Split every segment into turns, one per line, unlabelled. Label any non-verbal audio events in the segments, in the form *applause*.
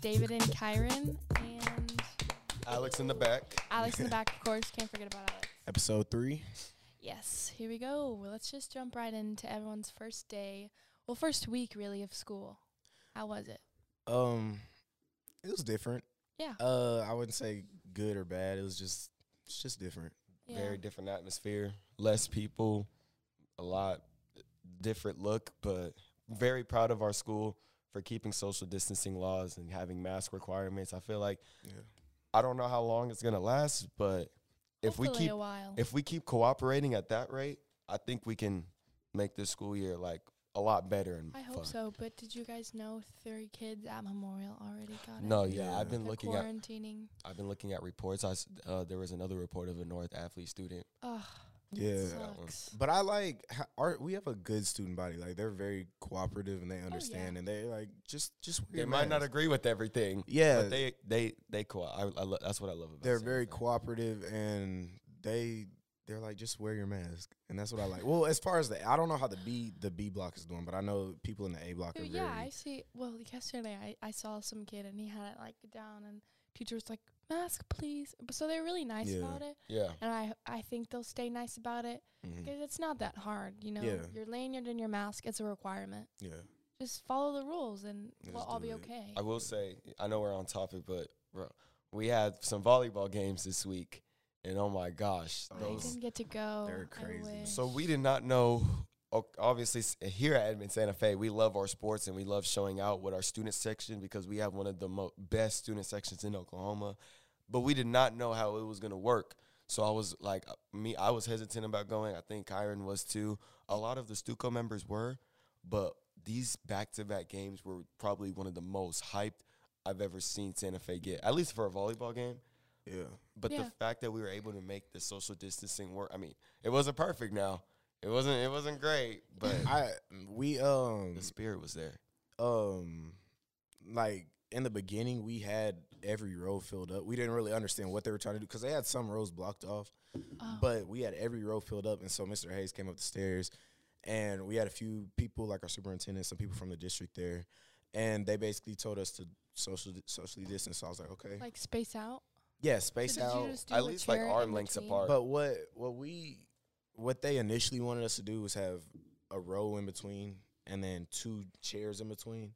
David and Kyron, and
Alex in the back.
Alex
*laughs*
in the back, of course. Can't forget about Alex.
Episode three.
Yes, here we go. Well, let's just jump right into everyone's first day. Well, first week really of school. How was it?
Um, it was different.
Yeah.
Uh, I wouldn't say good or bad. It was just, it's just different.
Yeah.
Very different atmosphere, less people, a lot different look, but very proud of our school for keeping social distancing laws and having mask requirements. I feel like
Yeah.
I don't know how long it's gonna last, but if
Hopefully
we keep
a while.
if we keep cooperating at that rate, I think we can make this school year like a lot better and
I hope
fun.
so. But did you guys know three kids at Memorial already got it?
No, yeah, I've
Yeah.
been
They're
looking at
quarantining.
I've been looking at reports. I s- uh, there was another report of a North athlete student.
Ugh,
Yeah.
that one.
sucks.
But I like ho- our we have a good student body. Like they're very cooperative and they understand and they like just just wear
They
your
might not
mask.
agree with everything,
Yeah,
but they they they co. I, I lo- that's what I love about.
they're
San
very
Fran.
cooperative and they they're like just wear your mask and that's what I like. Well, as far as the I don't know how the B the B block is doing, but I know people in the A block are
Dude,
very
yeah, I see. Well, yesterday I, I saw some kid and he had it like down, and teacher was like, "Mask, please." But so they're really nice
Yeah.
about it,
Yeah,
and I I think they'll stay nice about it
Mhm.
because it's not that hard, you know.
Yeah.
Your lanyard and your mask, it's a requirement.
yeah.
Just follow the rules, and
Just
we'll all
do
be
it.
okay.
I will say I know we're on topic, but bro, we had some volleyball games this week, and oh my gosh,
I
I
those.
didn't get to go.
they're
I
crazy.
wish.
So we did not know. o- Obviously, s- here at Edmond Santa Fe, we love our sports and we love showing out with our student section because we have one of the mo- best student sections in Oklahoma. But we did not know how it was going to work. So I was like, uh, me, I was hesitant about going. I think Kyron was too. A lot of the Stuco members were, but these back to back games were probably one of the most hyped I've ever seen Santa Fe get, at least for a volleyball game.
Yeah.
But
Yeah.
the fact that we were able to make the social distancing work, I mean, it wasn't perfect now. It wasn't it wasn't great, but
*laughs* I we um
the spirit was there.
um like in the beginning we had every row filled up. We didn't really understand what they were trying to do because they had some rows blocked off,
Oh.
but we had every row filled up. And so Mr. Hayes came up the stairs, and we had a few people like our superintendent, some people from the district there, and they basically told us to social socially distance. So I was like, okay,
like space out.
yeah, space
So did you
out.
just do
At
a
least, like,
chair
arm
in
lengths
between?
apart.
But what what we what they initially wanted us to do was have a row in between and then two chairs in between.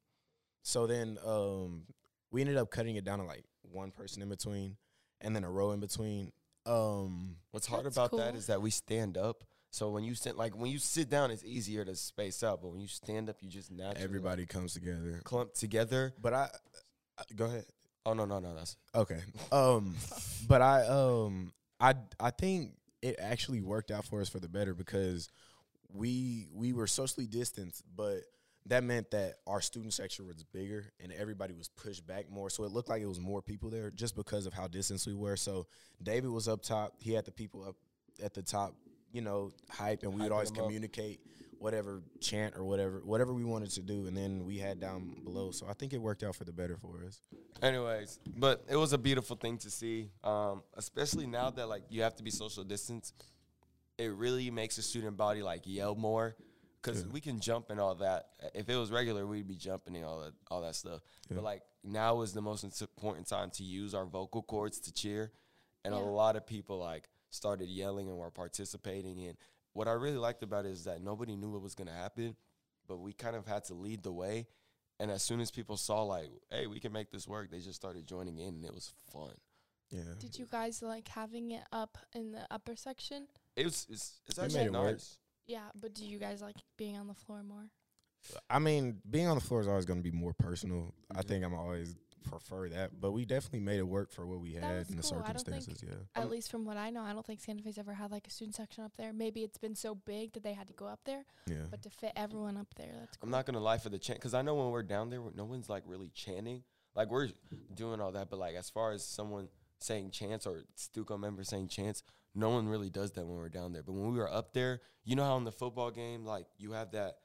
So then um we ended up cutting it down to like one person in between and then a row in between. Um
What's hard
That's
about that
cool.
is that we stand up. So when you sit like when you sit down, it's easier to space out, but when you stand up, you just naturally
everybody comes together.
clump together.
But I I- go ahead.
Oh no no no, that's *laughs*
Okay. Um but I um I I think it actually worked out for us for the better because we we were socially distanced, but that meant that our student section was bigger and everybody was pushed back more. So it looked like it was more people there just because of how distanced we were. So David was up top. He had the people up at the top, you know, hype and we would
Hyping
always
them up.
communicate whatever chant or whatever whatever we wanted to do and then we had down below. So I think it worked out for the better for us.
Anyways, but it was a beautiful thing to see, um, especially now that like you have to be social distance. It really makes the student body like yell more because we can jump and all that. If it was regular, we'd be jumping and all that, all that stuff. But like now is the most ins- important time to use our vocal cords to cheer, and a
Yeah.
lot of people like started yelling and were participating. And what I really liked about it is that nobody knew what was gonna happen, but we kind of had to lead the way. And as soon as people saw like, hey, we can make this work, they just started joining in, and it was fun.
Yeah.
Did you guys like having it up in the upper section?
It was it's, it's
They
actually
made it work.
nice.
Yeah, but do you guys like being on the floor more?
I mean, being on the floor is always going to be more personal. I think I'm always prefer that, but we definitely made it work for what we
That
had
was
in the
cool. I don't think-
circumstances. Yeah,
At
Um,
least from what I know, I don't think Santa Fe's ever had like a student section up there. Maybe it's been so big that they had to go up there,
yeah.
but to fit everyone up there, that's cool.
I'm not gonna lie for the chant because I know when we're down there, no one's like really chanting. Like we're doing all that, but like as far as someone saying chants or Stuco member saying chants, no one really does that when we're down there. But when we were up there, you know how in the football game, like you have that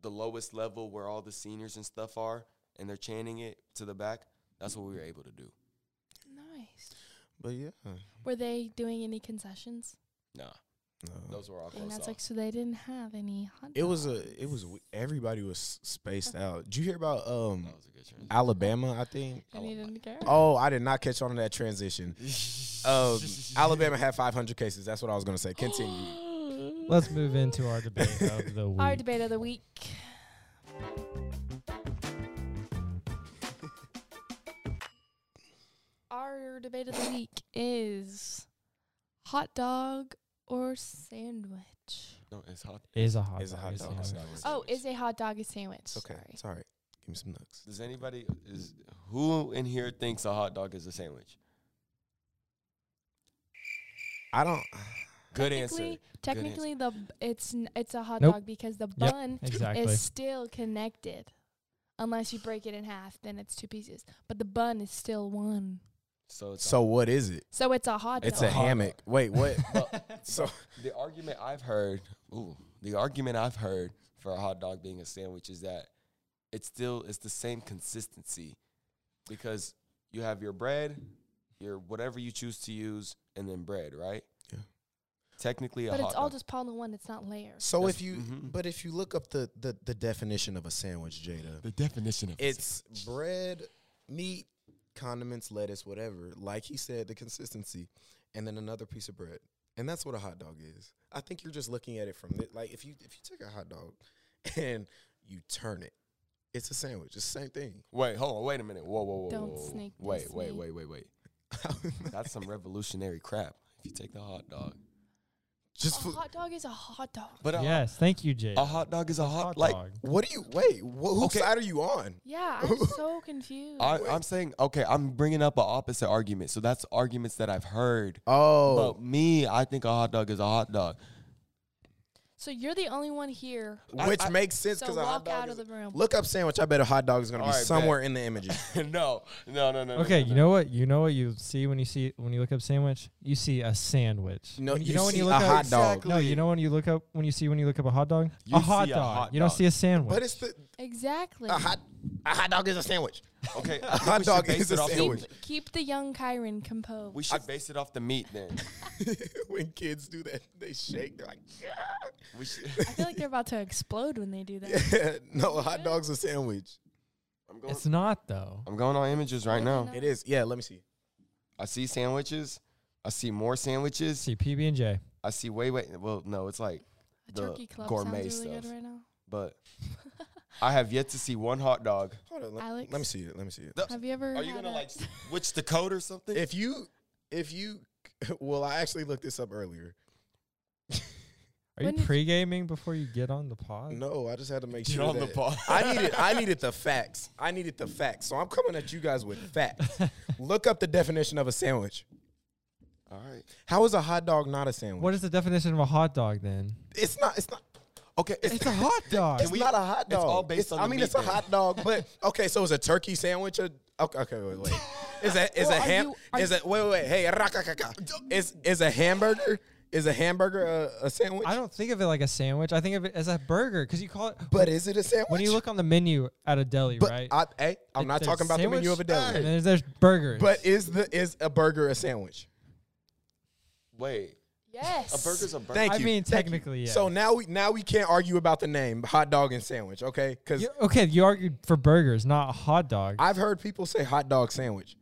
the lowest level where all the seniors and stuff are, and they're chanting it to the back. That's what we were able to do.
nice.
But yeah,
Were they doing any concessions?
Nah,
No.
Those were all
And
close
that's
off.
like so they didn't have any hot.
It was
dogs.
a. It was. w- Everybody was
*laughs*
spaced out. Did you hear about um
that was a good transition.
Alabama? I think.
And he didn't care.
Oh, I did not catch on to that transition.
*laughs*
Um, Alabama had 500 cases. That's what I was gonna say. Continue.
*gasps*
Let's move into our debate of the week.
Our debate of the week. Our debate of the week is hot dog or sandwich.
no, it's hot.
is a hot
It's a
dog,
hot
is
dog. It's not a
Oh,
sandwich.
is a hot dog a sandwich?
It's okay.
Sorry.
It's all right. Give me some nuts.
Does anybody is who in here thinks a hot dog is a sandwich?
I don't.
Good answer.
Technically- Technically, the b- it's n- it's a hot
Nope.
dog because the
Yep,
bun
Exactly.
is still connected, unless you break it in half, then it's two pieces. But the bun is still one,
So it's
So what is it?
so it's a hot
It's
dog.
a hammock. Wait,
*laughs*
what? so
the argument I've heard, ooh, the argument I've heard for a hot dog being a sandwich is that it's still it's the same consistency because you have your bread, your whatever you choose to use, and then bread, right?
Yeah.
Technically, a
but
hot
it's all
dog.
just piled in one. It's not
*laughs*
layers.
so
That's-
if you
mhm.
but if you look up the the, the definition of a sandwich, Jada,
the definition of
it's bread, meat, condiments, lettuce, whatever. Like he said, the consistency, and then another piece of bread, and that's what a hot dog is. I think you're just looking at it from the, like if you if you take a hot dog *laughs* and you turn it, it's a sandwich. It's the same thing. *laughs*
Wait, hold on, wait a minute. Whoa, whoa, whoa.
Don't
whoa, whoa.
snake
Wait,
diss
wait,
me.
wait, wait, wait. That's some revolutionary crap. If you take the hot dog,
just
a
food.
hot dog is a hot dog.
but a, hot-
yes, thank you, Jay.
a hot dog is a hot, like.
dog.
What do you wait? Wh- whose
Okay.
side are you on?
Yeah,
*laughs*
I'm so confused.
I, I'm saying okay. I'm bringing up an opposite argument. So that's arguments that I've heard.
Oh,
But me, I think a hot dog is a hot dog. *laughs*
so you're the only one here.
I-
which
I-
makes sense
So
because a hot
walk
dog.
out
is
of the room.
Look up sandwich. I bet a hot dog is going to
All
be
right, bet.
somewhere in the images.
no, no, no, no.
Okay, you know what? You know what you see when you see when you look up sandwich? You see a sandwich.
No,
When-
you
know when
see
you look
a
up,
hot dog.
No, you know when you look up when you see when you look up a hot dog?
You
a hot
see a
dog.
hot
you don't
dog.
see a sandwich.
But it's the
Exactly.
a hot a hot dog is a *laughs* sandwich.
Okay, I think
Hot
we should
dog
base
is
it
a
off the-
sandwich.
keep, keep the young Kyron composed.
We should base it off the meat then.
when kids do that, they shake. They're like, "Yeah."
*laughs* We
*laughs*
should,
I feel like they're about to explode when they do
*laughs*
that.
no, a hot dog's a sandwich.
I'm going.
it's not though.
I'm going on images right now.
It is. Yeah, let me see.
I see sandwiches. I see more sandwiches.
See PB and J.
I see way, way. Well, no, it's like,
A
the
turkey club
gourmet
sounds really
stuff.
good right
*laughs*
now.
but I have yet to see one hot dog.
Hold on. Let,
Alex?
let me see it. Let me see it.
The-
Have you ever?
Are you
had
gonna
a-
like switch the code or something?
If you, if you, *laughs* well, I actually looked this up earlier.
Are
When
you
did-
pre gaming before you get on the pod?
No, I just had to make
Get
sure
on the
that
pod.
I needed I needed the facts. I needed the facts. So I'm coming at you guys with *laughs* facts. Look up the definition of a sandwich.
All right.
How is a hot dog not a sandwich?
What is the definition of a hot dog then?
It's not. It's not.
Okay. It's,
*laughs*
It's a hot dog.
It's not a hot
it's
dog.
all based on
I
the
mean,
meat
it's a
then.
hot *laughs* dog, but okay. So it's a turkey sandwich. Or, okay, okay, wait, *laughs* wait. Is a is
Well,
a
are
ham?
you- are
is
you-
a wait, wait, wait. Hey, rakakaka. Is is a hamburger? Is a hamburger a, a sandwich?
I don't think of it like a sandwich. I think of it as a burger because you call it
But is it a sandwich?
when you look on the menu at a deli,
but
right?
I, hey, I'm not
There's
talking about the menu of
sandwich,
a deli.
And there's, there's burgers.
But is the is a burger a sandwich?
wait.
*laughs* Yes.
A burger's a burger.
Thank
I
you.
mean,
Thank you.
technically, yes.
So now we now we can't argue about the name hot dog and sandwich, okay? Because
You- okay, you argued for burgers, not a hot dog.
I've heard people say hot dog sandwich.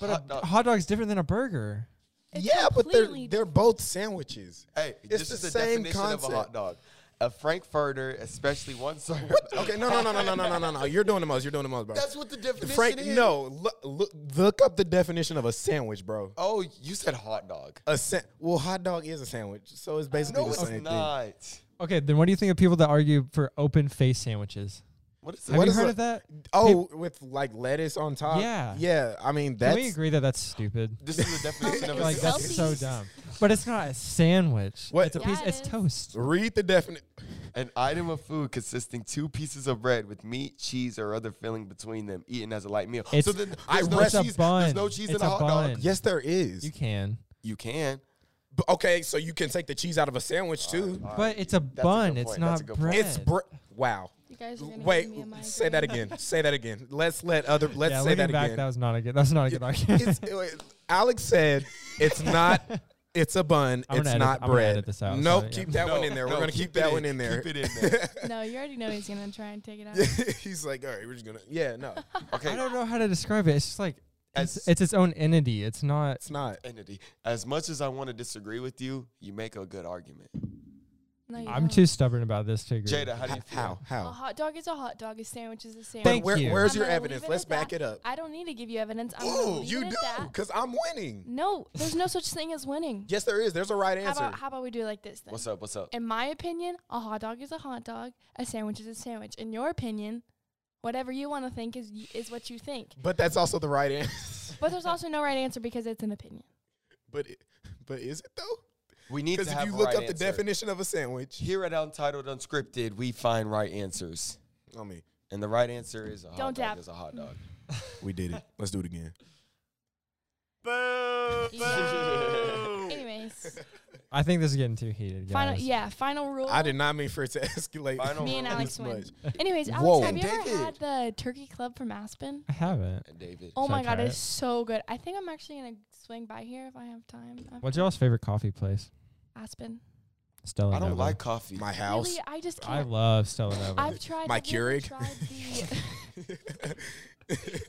but
hot
a
dog.
hot dog's different than a burger.
It's
yeah, but they're
completely
they're both sandwiches.
Hey, this
It's the
is the
same
definition of a hot
concept.
dog. A frankfurter, especially one served.
Okay, no, no, no, no, no, no, no, no, no. You're doing the most. You're doing the most, bro.
That's what the definition
Frank,
is.
no, look, look, look up the definition of a sandwich, bro.
Oh, you said hot dog.
A sa- well, hot dog is a sandwich, so it's basically
No,
the
it's
same thing.
not.
Okay, then what do you think of people that argue for open face sandwiches?
What is
Have
What
you
is
heard
a-
of that?
Oh, with like lettuce on top.
Yeah.
yeah. I mean,
Can we
that's
agree that that's stupid?
This is the definition of a
*laughs* Like that's
Healthy.
so dumb. But it's not a sandwich.
What-
It's a
Yeah,
piece.
it
It's
is.
toast.
read the definition.
An item of food consisting two pieces of bread with meat, cheese, or other filling between them, eaten as a light meal.
It's-
so then
I
there's no
it's a
cheese.
bun.
There's no cheese
it's
in a, hot
bun.
dog.
Yes, there is.
You can,
You can.
B- okay, so you can take the cheese out of a sandwich too.
All right.
but it's a
a
bun.
good
it's
point. That's
not
a good
bread.
point.
It's br- wow.
You guys are gonna
Wait,
give me a migraine.
say that again. say that again. Let's let other. Let's
yeah,
say
looking
that
back,
again.
that was not a good. That's not a good argument. *laughs*
It's- Alex said it's not It's a bun.
I'm gonna
it's
edit-
not
I'm gonna
bread.
edit this out,
Nope,
so, yeah.
keep that one in there. We're
no,
gonna keep,
it
that one in there.
Keep it
*laughs*
in there.
No, you already know he's gonna try and take it out.
He's like, all right, we're just gonna. Yeah, no,
I
okay.
don't know how to describe it. It's just like it's,
As-
it's its own entity. It's not.
it's not.
Entity. As much as I want to disagree with you, you make a good argument.
No, you
I'm
don't.
too stubborn about this to agree.
Jada, how do you
H-
feel?
How?
A
How?
hot dog is a hot dog. A sandwich is a sandwich.
Thank
where,
you.
Where's
Oh, I'm
your
gonna
evidence?
leave it
Let's
at
back
that.
it up.
I don't need to give you evidence. I'm gonna
Ooh,
leave
you
it
do,
at that.
because I'm winning.
No, there's no such thing as winning.
Yes, there is. There's a right
how
answer.
about how about we do it like this then?
What's up? What's up?
In my opinion, a hot dog is a hot dog. A sandwich is a sandwich. In your opinion, whatever you want to think is y- is what you think.
but that's also the right *laughs* answer.
But there's also no right answer because it's an opinion.
but, it, but is it though?
We need to
Because if
have
you
a
look
right
up the
answer.
definition of a sandwich,
Here at Untitled Unscripted, we find right answers,
on me,
and the right answer is a hot
Don't
dog
tap.
is a hot dog.
we did it. Let's do it again.
*laughs*
Anyways,
I think this is getting too heated, guys.
final yeah, final rule.
I did not mean for it to *laughs* escalate.
Final
Me and
rule.
Alex
this
win.
much.
Anyways, Alex,
Whoa.
have you
David.
ever had the turkey club from Aspen?
I haven't.
David.
Oh
Should I
my god,
try
it's
it?
so good. I think I'm actually gonna swing by here if I have time. after
What's y'all's favorite coffee place?
Aspen?
Stella.
I don't
Nova.
like coffee.
My house.
Really, I just
I
can't.
love Stella Nova.
I've tried.
My
have you ever
Keurig.
tried the- *laughs*
*laughs*
Have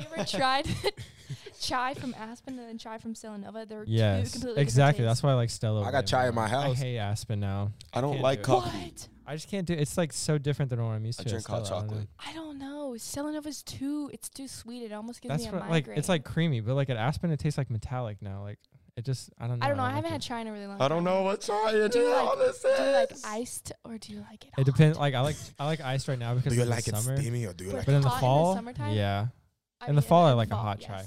you ever tried *laughs* chai from Aspen and then chai from Selenova? They're two
yes,
completely
exactly. That's
Different
why I like Stella.
I
way
got chai in
more.
my house.
I hate Aspen now.
I don't
can't
like
do it.
coffee.
What?
I just can't do. it. It's like so different than what I'm used
I
to. at
drink hot
Stella, I don't know.
chocolate.
I don't know. Selenova's too. It's too sweet. It almost gives
That's
me a
what like
migraine.
it's like creamy, but like at Aspen it tastes like metallic now. Like it just I don't know.
I don't know. I,
like
haven't
it.
had chai in a really long.
I
time.
don't know what trying
Do you
to all
like-
this
Do you like
is.
iced or do you like it?
It
hot?
depends. Like I like I like ice right now because
do you
it's
like
the
it
summer.
steamy or do you
But
like?
But in the
hot in the
fall,
summertime?
yeah,
I
in the
mean,
fall, I
in
like a
fall,
hot
yes.
chai.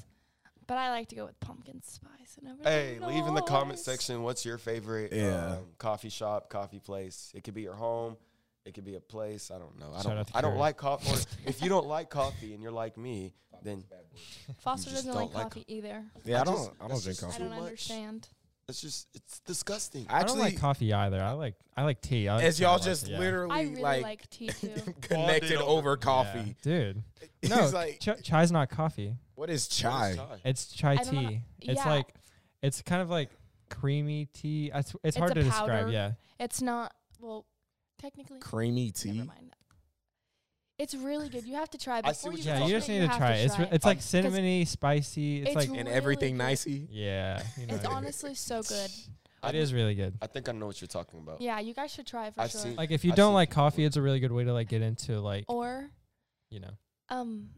But I like to go with pumpkin spice and everything.
Hey, leave in the comment
nice.
section what's your favorite
Yeah.
um, coffee shop, coffee place. It could be your home. It could be a place. I don't know. I
Shout
don't.
out to
I don't
Keurig.
like coffee. Or if you
*laughs*
don't like coffee and you're like me, then
Foster
just
doesn't
don't
like
like
coffee either.
Yeah, I,
I
don't.
just-
I don't
that's
drink
just-
I
coffee.
Too
don't
much.
understand.
it's just it's disgusting.
I don't
Actually,
like coffee either. I like I like tea. I like
as
Stella
y'all
Nova,
just
yeah.
literally
I really like,
like,
tea
*laughs*
*laughs*
too.
connected
Bonded
over
over-
Yeah.
coffee.
dude.
*laughs* He's
No,
like,
ch- chai's not coffee.
what
What
is
is
chai?
It's chai
I don't know-
tea. It's
yeah.
like it's kind of like creamy tea. It's, it's, hard
a
to describe.
powder.
Yeah,
It's not well, technically.
Creamy
Never
tea.
mind. It's really good. You have to try.
I
Before
see what
you
you're
yeah.
taste
You
talking
just
it,
need to
have
try it. It's, re- it's like
'Cause
cinnamony, spicy. It's,
it's
like
really
And everything
good.
nicey.
yeah. You know,
It's
it-
honestly so good.
I
it is really good.
I think I know what you're talking about.
Yeah, you guys should try it for
I've
sure.
seen-
Like if you
I've
don't
seen
like
people-
coffee, it's a really good way to like get into like
or
you know.
um,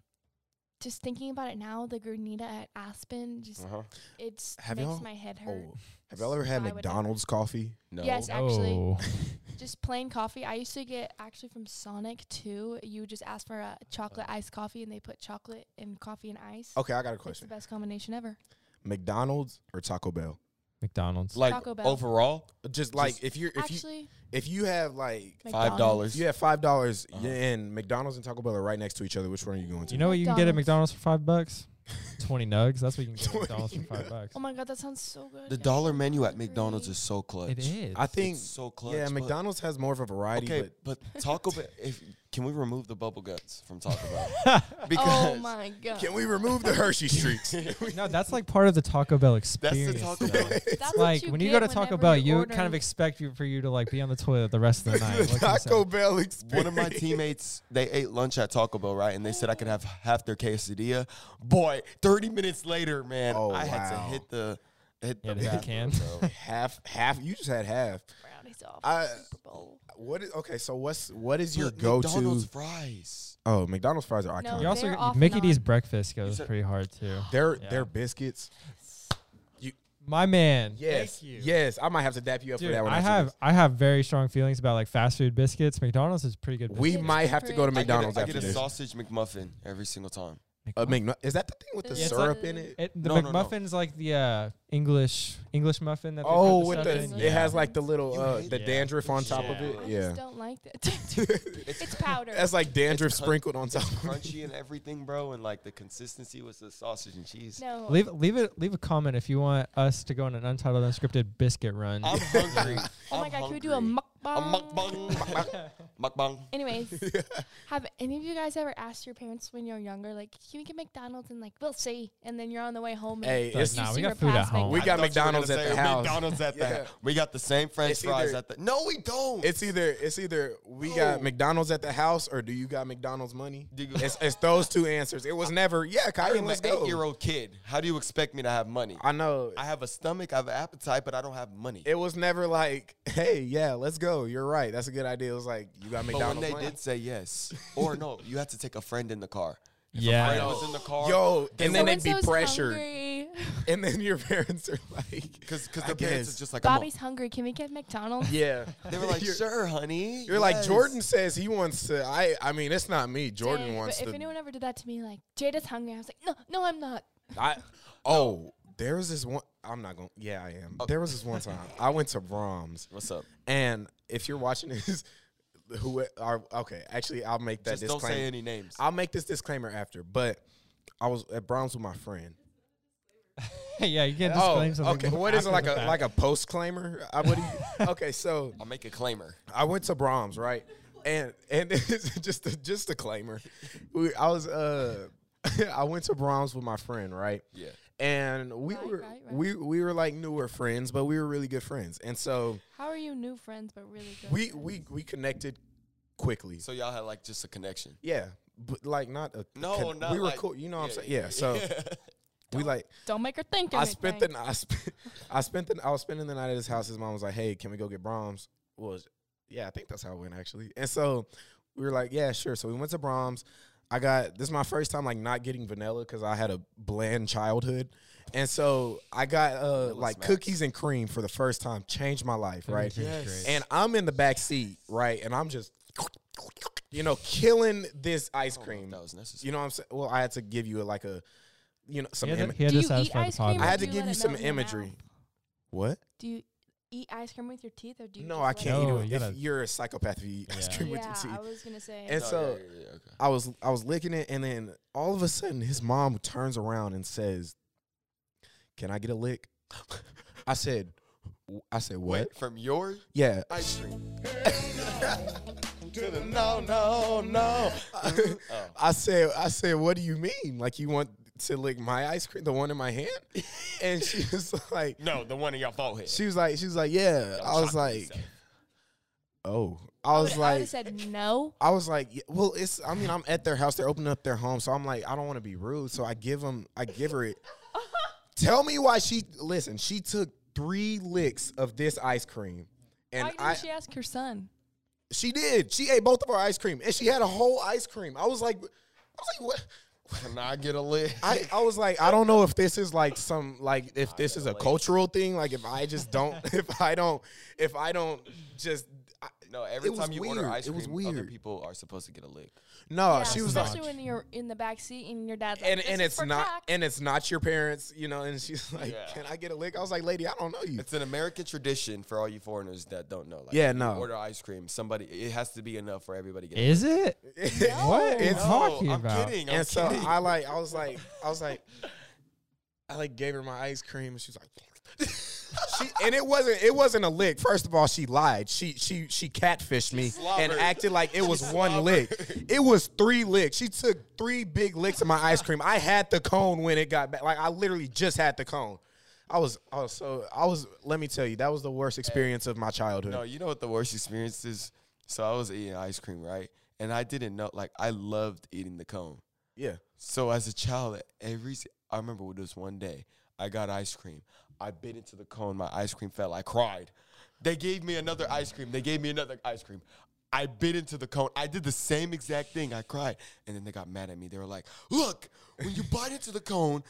just thinking about it now, the granita at Aspen just
Uh-huh.
it's
Have
makes
y'all-
my head hurt.
Oh, have y'all ever had
I would never-
McDonald's coffee?
No.
Yes, actually.
Oh,
Just plain coffee. I used to get actually from Sonic too. You would just ask for a chocolate
Oh.
iced coffee, and they put chocolate and coffee and ice.
Okay, I got a
it's the
question.
best combination ever.
McDonald's or Taco Bell?
McDonald's.
Like
Taco Bell.
overall,
Just like if you're if you
actually,
if you have like
five
McDonald's.
dollars.
you have five dollars
Uh-huh.
and McDonald's and Taco Bell are right next to each other, which one are you going to?
You know what you can get at
McDonald's.
McDonald's for
*laughs*
five bucks? Twenty nugs. That's what you can get at
20
McDonald's for five
nugs.
bucks.
Oh my god, that sounds so good.
The
I'm
dollar
so
menu at
hungry.
McDonald's is so clutch.
It is.
I think
It's so clutch.
yeah,
but-
McDonald's has more of a variety,
Okay,
but
but Taco Bell. If can we remove the bubble guts from Taco Bell?
*laughs*
Oh
Because *laughs*
my god.
can we remove the Hershey streaks? *laughs*
no, that's like part of the Taco Bell
that's the
experience.
Taco
though.
Bell.
That's what
Like when you go
get
to Taco
whenever
Bell, you
order.
kind of expect you, for you to like be on the toilet the rest of the night.
the
What can I say?
Taco Bell experience.
One of my teammates, they ate lunch at Taco Bell, right? And they said I could have half their quesadilla. Boy, 30 minutes later, man,
Oh,
I had to
wow.
hit the hit
Yeah,
the
the
*laughs*
bathroom, *laughs*
can.
*laughs* bro.
half half. You just had half.
brownies off
I-
the Super Bowl.
uh,
What is okay? So what's what is your
But
go
McDonald's
to?
fries.
Oh, McDonald's fries are
No,
iconic.
You
They're
also
off
Mickey
and
D's
on.
breakfast goes
said-
pretty hard too.
They're
Yeah.
they're biscuits.
My man.
Yes,
Thank you.
yes. I might have to dap you up
Dude,
for that one.
I
after
have
this.
I have very strong feelings about like fast food biscuits. McDonald's is pretty good.
We
It's
might have to go to
pretty-
McDonald's
I get, a- I
after
get a
this.
sausage McMuffin every single
*laughs*
time.
biscuits.
Uh, McNu- is that the thing with the
Yeah, it's
syrup
like-
in it?
It, the
No, no, no.
McMuffin's like the uh, English English muffin that. They put
Oh,
the
with
stuff
the
in.
stuff
it
in.
has like the little
You
uh,
hate
the
it.
dandruff on top
Yeah.
of
I
it.
just
Yeah,
don't like that.
*laughs*
*laughs*
*laughs*
It's,
it's powder.
that's like dandruff
It's cut-
sprinkled on top. of it.
crunchy and everything, bro. And like the consistency was the sausage and cheese.
no.
Leave leave it leave a comment if you want us to go on an untitled unscripted biscuit run.
I'm
*laughs*
hungry.
oh my
I'm
god, can we do a
hungry.
mukbang?
A
*laughs*
mukbang. mukbang, mukbang.
*laughs*
Anyways, have any of you guys ever asked your parents when you're younger, like, can we get McDonald's? And like, we'll see. And then you're on the way home. and
Hey,
But
it's
you
nah, we
see her
got food at
pass
home.
We
I
got
thought you were gonna
McDonald's at
say
the house.
McDonald's at the
Yeah.
house. We got the same French
It's
fries
either-
at the. No, we don't.
It's either it's either we
No.
got McDonald's at the house or do you got McDonald's money?
Do you-
It's, it's those two answers. It was never yeah.
I
Kaya,
am an
let's go.
eight-year-old kid. How do you expect me to have money?
I know.
I have a stomach. I have an appetite, but I don't have money.
it was never like hey yeah let's go. You're right. That's a good idea. It was like you got
but when
McDonald's
they
money.
did say yes, or no, you had to take a friend in the car.
yeah.
Friend was in the car.
Yo, and then they'd be
So-and-so's
pressured,
hungry.
and then your parents are like,
because because
I
the parents
guess.
is just like I'm a-
Bobby's hungry. Can we get McDonald's?
yeah,
*laughs* They were like,
*laughs* you're,
sure, honey.
you're like
yes."
Jordan says he wants to. I I mean, it's not me. Jordan
Dang,
wants
but
to.
If anyone ever did that to me, like Jada's hungry, I was like, no, no, I'm not.
I
*laughs*
oh, there was this one. I'm not going. to Yeah, I am. There was this one
*laughs*
time I went to Brahms,
What's up?
and if you're watching this, *laughs* who are okay? Actually, I'll make that
Just don't
disclaimer.
say any names.
I'll make this disclaimer after, but I was at Brahms with my friend.
*laughs* yeah, you can't
Oh,
disclaim something.
okay. What is it like
after
a
the fact.
like a post claimer? I would. *laughs* okay, so
I'll make a claimer.
I went to Brahms, right? And and *laughs* it's just a, just a claimer. We, I was uh *laughs* I went to Brahms with my friend, right?
Yeah.
And we
Right,
were
right, right.
we we were like newer friends, but we were really good friends. And so
How are you new friends but really good?
we we we connected quickly.
So y'all had like just a connection.
Yeah. But like not a
No,
con-
not
we were
like-
cool, you know what I'm
yeah,
saying? Yeah. So
*laughs*
we like
Don't make her think.
I
anything.
spent the I spent *laughs* I spent the I was spending the night at his house. His mom was like, "Hey, can we go get Brahms?" Was yeah, I think that's how it went actually. And so we were like, "Yeah, sure." So we went to Brahms. I got this is my first time like not getting vanilla because I had a bland childhood, and so I got uh, like
smacks.
cookies and cream for the first time. Changed my life, right?
Everything's great.
And I'm in the back seat, right? And I'm just, you know, killing this ice
I don't know if
cream.
That was necessary.
You know what I'm saying? Well, I had to give you a, like a, you know, some.
He had,
Im-
to, he had
Do
to
you eat
satisfy the
ice cream or
I
father.
Or
had
do
to
you let
give you
it
some
melt in your
imagery.
mouth?
What?
Do you eat ice cream with your teeth or do you?
No,
just
I
let
can't
it
No,
out?
eat
you
it.
gotta-
If you're a psychopath, if you eat ice
Yeah.
cream with
Yeah,
your
I
teeth.
was gonna say.
And
No,
so-
yeah, yeah, yeah, okay.
I was I was licking it, and then all of a sudden, his mom turns around and says, "Can I get a lick?" *laughs* I said, w- "I said what?"
Went from your
Yeah,
ice
*laughs*
cream *laughs* to the no, no, no.
*laughs*
Oh.
I said, I said, what do you mean? Like you want to lick my ice cream, the one in my hand? And
*laughs*
she was like,
No, the one in your forehead.
she was like, she was like, yeah. I was like, oh, I
I
was
would've- I would
like.
have said no.
I was like, yeah, well, it's. I mean, I'm at their house. They're opening up their home, so I'm like, I don't want to be rude. So I give them, I give her it.
*laughs*
Tell me why she. Listen, she took three licks of this ice cream, and
Why didn't
I
she ask her son?
she did. She ate both of our ice cream, and she had a whole ice cream. I was like, I was like, what?
Can I get a lick?
I, I was like, I don't know if this is like some like if this is a cultural thing. Like if I just don't, *laughs* if I don't, if I don't just I,
no, every
It was
time you order
weird.
ice
It was
cream, other
weird.
people are supposed to get a lick.
no.
Yeah,
she was like,
especially when you're in the back seat and your dad's like,
and
"This
and
is
it's
for
not
crack."
and it's not your parents, you know. And she's *laughs* like,
Yeah.
can I get a lick? I was like, lady, I don't know you.
It's an American tradition for all you foreigners that don't know. Like,
Yeah,
you
no.
Order ice cream. Somebody, it has to be enough for everybody. to Get
Is it?
*laughs*
What are you
It's-
talking
I'm
about?
kidding. I'm
and so
kidding.
I like, I was like, I was like, I like gave her my ice cream, and she was like. *laughs* She, and it wasn't it wasn't a lick. First of all, she lied. She she she catfished me and
slobbered.
acted like it was one lick. It was three licks. She took three big licks of my ice cream. I had the cone when it got back. Like I literally just had the cone. I was I was so I was let me tell you, that was the worst experience of my childhood.
No, you know what the worst experience is? So I was eating ice cream, right? And I didn't know, like, I loved eating the cone.
Yeah.
So as a child, every si- I remember with this one day, I got ice cream. I bit into the cone. My ice cream fell. I cried. They gave me another ice cream. They gave me another ice cream. I bit into the cone. I did the same exact thing. I cried, and then they got mad at me. They were like, "Look, when you bite into the cone,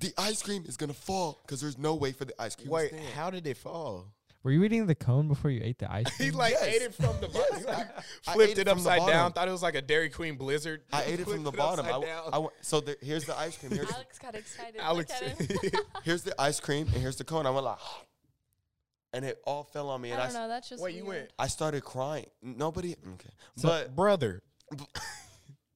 the ice cream is gonna fall because there's no way for the ice cream." to
Wait, *laughs*
stand."
how did it fall?
Were you eating the cone before you ate the ice
*laughs*
*laughs*
cream?
He like
Yes.
ate it from the bottom. *laughs* He, like,
I ate it
flipped it
from the
upside
bottom.
down. Thought it was like a Dairy Queen blizzard. *laughs*
I ate it from
Flipped
the bottom. I,
upside
w-
down.
I w- so there, here's the ice cream. Here's,
*laughs* Alex got excited.
Alex.
Look at him.
here's the ice cream, and here's the cone. I went like, *gasps* and it all fell on me,
I
and I,
don't
s-
know. That's just
Wait, you
weird.
went.
I started crying. Nobody, okay, but
But brother,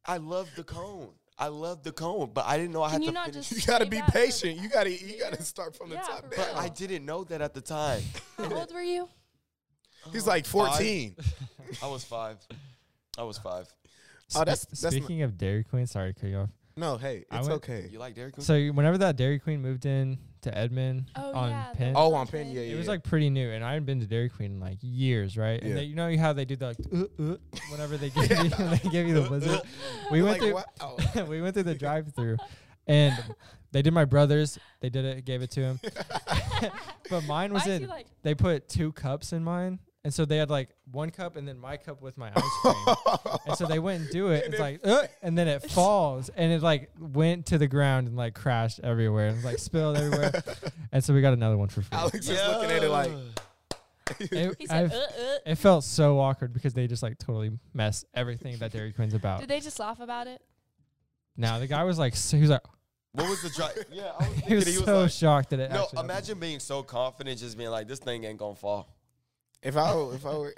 I love the cone. I love the cone, but I didn't know
Can
I had
you
to
not
finish.
just
*laughs* you
*laughs*
gotta
say
be
that for-
patient. You gotta you gotta start from the
Yeah,
top
for
down.
*laughs*
but I didn't know that at the time. Oh,
How old were you?
*laughs* He's like
Five.
14.
*laughs* I was five. I was five.
Oh, that's-
Spe-
oh, that's not-
Oh,
speaking of Dairy Queen. Sorry to cut you off.
No, hey,
I
it's
went-
okay.
You like Dairy Queen?
So *laughs* you- whenever that Dairy Queen moved in to Edmond
Oh,
on
yeah, the
Penn,
little
Oh, on Penn, yeah,
it
yeah.
was like pretty new, and I hadn't been to Dairy Queen in like years, right?
Yeah.
And they, you know how they do the like, uh, uh, whenever
*laughs*
they give you *laughs* they give you the blizzard. We went
Like, Oh.
through
wow.
*laughs* we went through the drive-through, and they did my brother's. They did it, gave it
*laughs*
to him, but mine was
Why is
in.
he like,
they put two cups in mine. And so they had like one cup and then my cup with my ice cream. and so they went and do it.
*laughs*
*laughs*
It's like, "Uh," and then it falls and it like went to the ground and like crashed everywhere and like
*laughs*
spilled everywhere. and so we got another one for
*laughs*
free.
Alex is looking at it like,
It,
he said,
I've-
uh, uh.
it felt so awkward because they just like totally messed everything that Dairy Queen's about.
Did they just laugh about it?
now the guy was like, so, he was like,
what was the drive?
*laughs*
yeah, I was thinking
he was so
like-
shocked that it.
no,
actually happened.
imagine being so confident, just being like, this thing ain't gonna fall.
if I were- if
*laughs*
I were,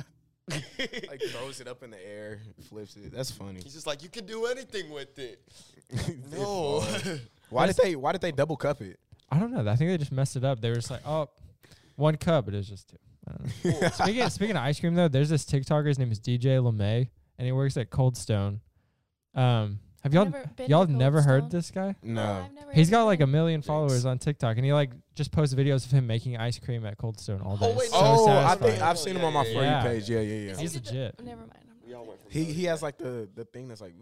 *laughs* like throws it up in the air, flips it. That's funny.
He's just like, you can do anything with it.
It
*laughs*
*laughs*
No.
falls. Why did they Why did they double cup it?
I don't know. I think they just messed it up. They were just like, oh, one cup, but it was just two. I don't know.
Cool.
speaking of, speaking of ice cream though, there's this TikToker. His name is DJ LeMay, and he works at Cold Stone. Um, have y'all
Never been to
y'all have
Cold
never heard
Stone?
this guy?
No.
I've never
He's
even
got like a
been.
million
Thanks.
followers on TikTok, and he like just posts videos of him making ice cream at Cold Stone all day.
Oh, wait,
It's so
no.
Oh, I
satisfying.
think I've seen him on my for you
Yeah.
page. Yeah, yeah, yeah.
He's
He did the-
legit.
Never mind. I'm not
We all went from
He
those
he has
guys.
like the the thing that's like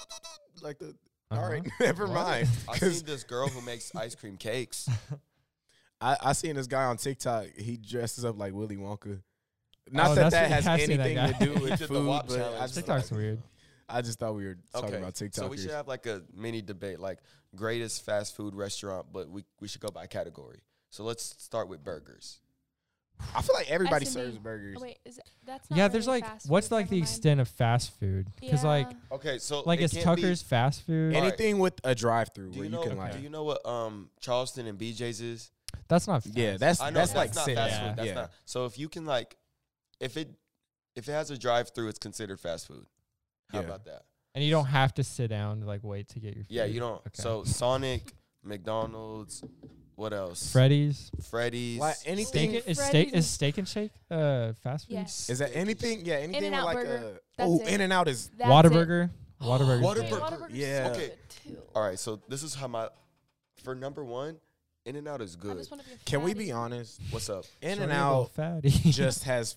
*laughs* like the.
Uh-huh.
all right, *laughs* never
What?
mind.
*laughs* I
'Cause
seen this girl who makes ice cream cakes.
I, I seen this guy on TikTok. He dresses up like Willy Wonka. Not
Oh,
that
that's-
that has
I've seen that
anything
guy.
*laughs*
to do
He
with
did the
*laughs* food,
WAP
but I
challenge.
just,
TikTok's weird.
I just thought we were talking
Okay,
about TikTokers.
So we should have like a mini debate, like greatest fast food restaurant, but we, we should go by category. So let's start with burgers.
I feel like everybody
S&B.
serves burgers.
Wait, is it, that's not
Yeah,
really
there's like
fast
what's
food,
like
never
the
mind.
extent of fast food? Because like
Yeah.
Okay, so
like
it
it's
can't be-
Tucker's fast food.
Any-
Anything with a drive-through
do
where
you
you,
know?
can
do
like,
you know what um Charleston and BJ's is?
that's not. Fast.
yeah, that's
I know
that's, like
not
sit
fast
yeah.
food. That's not. So if you can like, if it if it has a drive through, it's considered fast food. How
Yeah.
about that?
and you don't have to sit down to like wait to get your. Food.
Yeah, you don't.
Okay.
So Sonic, McDonald's, what else?
Freddy's.
Freddy's.
Like anything.
Steak, is steak
Freddy's
is
is-
Steak and Shake uh fast food?
Yes.
Is that anything? Yeah, anything with
In-N-Out
like
Burger.
a.
That's
Oh,
it.
In and Out is.
That's it.
Whataburger. Whataburger.
Whataburger.
Man, Whataburger's so
Yeah.
Okay.
good, too.
All right, so this is how my for number one, In and Out is
I
good.
just wanna be a
Can we
fatty.
be honest?
What's up?
In and
*laughs*
Out
fatty.
just has.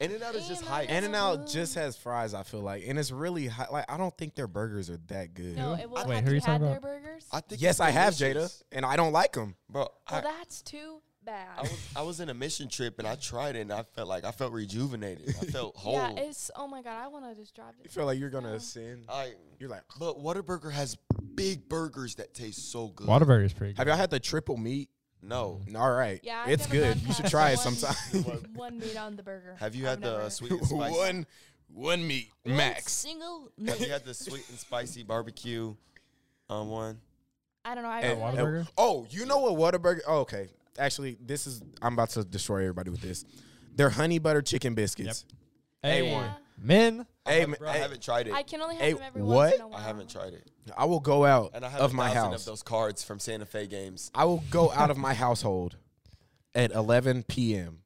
In and Out is just
In-N-Out
hype.
is-
In and Out just has fries. I feel like, and it's really hot. Like I don't think their burgers are that good.
No, it was.
Wait,
have
who are
you
you
had
talking
their
about?
burgers?
I think
Yes,
it's
I have Jada,
delicious.
and I don't like them.
bro.
well,
I,
that's too
I
bad.
was I was in a mission trip and I tried it and I felt like I felt rejuvenated. I felt
*laughs*
whole.
Yeah, it's. Oh my god, I want to just drive
You
this.
feel like you're gonna
down.
ascend.
I,
You're like,
but Whataburger has big burgers that taste so good.
Whataburger is pretty good.
have y'all had the triple meat?
No.
All right,
Yeah, I've
it's
never
good.
gone
You should
past
try it
one- *laughs*
sometime.
one meat on the burger.
Have you
I've
had the
never-
sweet and spicy?
*laughs* one meat
One single
Have you
meat.
had the sweet and spicy barbecue um, one?
I don't know. I
And-
really
Whataburger?
like
and- oh, you know what Whataburger? Oh, okay, actually, this is I'm about to destroy everybody with this. They're honey butter chicken biscuits.
A
A1.
one. Men.
I,
Hey,
haven't-
man,
I
hey,
haven't tried it.
I can only have
Hey,
them every
what?
once in a
I
while.
haven't tried it.
I will go out
And I have
of
a
my
thousand
house.
of those cards from Santa Fe games.
I will go out of my household at 11 p.m.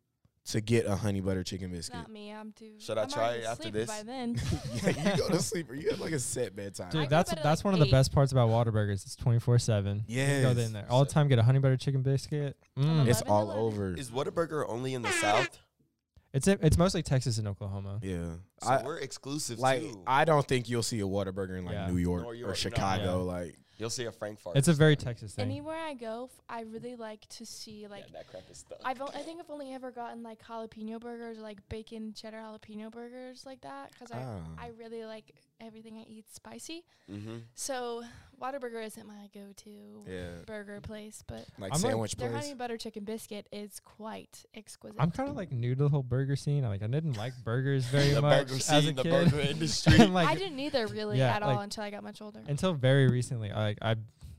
to get a honey butter chicken biscuit.
Not me. I'm too.
Should I
I'm
try
already
it after
asleep
this?
By
*laughs*
then,
*laughs* yeah, you go to sleep or you have like a set bedtime.
I
Dude,
go
that's
bed at,
that's
like,
one of the
eight.
best parts about Whataburgers. It's twenty four seven. Yeah. Go
Yes.
in there all the time. Get a honey butter chicken biscuit.
on
Mm.
the
It's
Eleven,
all
eleven.
over.
Is Whataburger
*laughs*
only in the South?
It's in- it's mostly Texas and Oklahoma.
Yeah,
So
I
we're exclusive
like.
too.
I don't think you'll see a Whataburger in like
Yeah.
New York
Nor York,
or
no.
Chicago.
Yeah.
Like,
You'll see a Frankfurt.
It's a very Texas thing.
anywhere I go, f- I really like to see like.
yeah, that crap is stuck.
I've on- I think I've only ever gotten like jalapeno burgers, or, like bacon cheddar jalapeno burgers, like that, because I
ah.
I really like everything I eat spicy.
mm-hmm.
So Whataburger isn't my go-to
yeah,
burger place, but
like
I'm like-
sandwich
their
place.
honey butter chicken biscuit is quite exquisite.
I'm kind of like new to the whole burger scene. I like I didn't like
*laughs*
burgers very
the
much
burger
as
scene,
a
the
kid. *laughs*
burger industry.
I'm
I
like
didn't either really
yeah,
at all
like-
until I got much older.
until very recently. I like I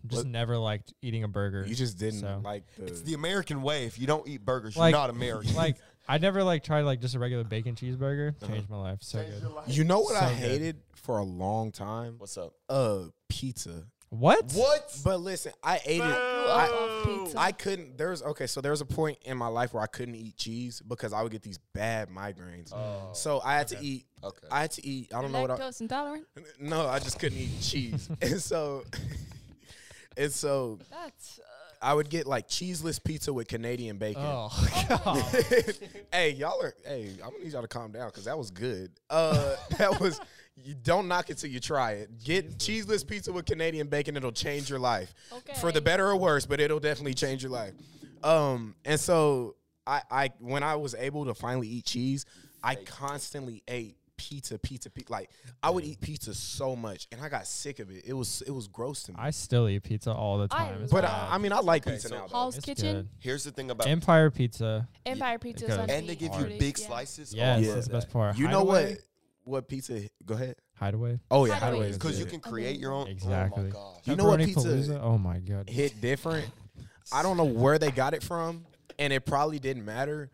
just
What-
never liked eating a burger.
You just didn't
So.
like the.
It's the American way. If you don't eat burgers,
Like-
you're not American.
*laughs* like
*laughs*
I never like tried like just a regular bacon cheeseburger.
Uh-huh.
Changed my life. So good.
you know what
So
I
good.
hated for a long time?
What's up?
Uh, pizza.
What?
What?
But listen, I ate it.
Grew up off pizza.
I couldn't. There's okay. So there was a point in my life where I couldn't eat cheese because I would get these bad migraines.
Oh,
so I had to
okay.
eat.
okay.
I had to eat. I don't know what. I,
lactose intolerant.
*laughs* No, I just couldn't eat cheese. *laughs* and so and so
That's uh,
I would get like cheeseless pizza with Canadian bacon. *laughs*
Oh *laughs* god.
hey, y'all are hey, I'm gonna need y'all to calm down because that was good. Uh *laughs* that was you don't knock it till you try it. Get cheeseless pizza with Canadian bacon, it'll change your life.
uh, okay.
For the better or worse, but it'll definitely change your life. Um and so I I when I was able to finally eat cheese, I constantly ate pizza, pizza, pizza. Like I would eat pizza so much, and I got sick of it. It was it was gross to me.
I still eat pizza all the
I
time. It's
but
bad.
I, I mean, I like
Okay,
pizza
so-
now. though.
Hall's
It's
Kitchen,
good.
Here's the thing about
Empire Pizza.
Empire Pizza is
goes.
on
and they
Peak
give
Fruity,
you big
yeah.
slices. Oh,
Yes,
yeah.
that's the best part.
You know
Hideaway?
what? What pizza? Go ahead.
Hideaway.
Oh yeah,
Hideaway
hideaway.
is
is
Because you
good.
can create your own. Oh my
Exactly.
gosh.
You know what
Pepperoni
pizza-
Palooza? Oh my god.
hit different. I don't know where they got it from, and it probably didn't matter.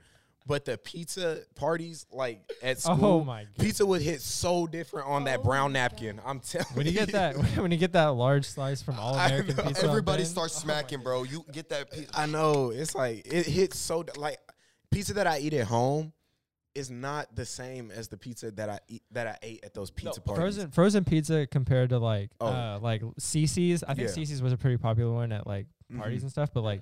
But the pizza parties, like at
*laughs* Oh
school,
my God.
pizza would hit so different on that
Oh
brown
my God.
napkin. I'm telling
When you
*laughs*
get that, *laughs* when you get that large slice from All
I
American
know.
Pizza,
Everybody
Ben, Oh
starts smacking, bro. You get that. Piece.
I know it's like it hits so like pizza that I eat at home is not the same as the pizza that I eat that I ate at those pizza parties.
Frozen frozen pizza compared to like
Oh.
uh like CC's. I think
Yeah.
CC's was a pretty popular one at like parties
Mhm.
and stuff. But like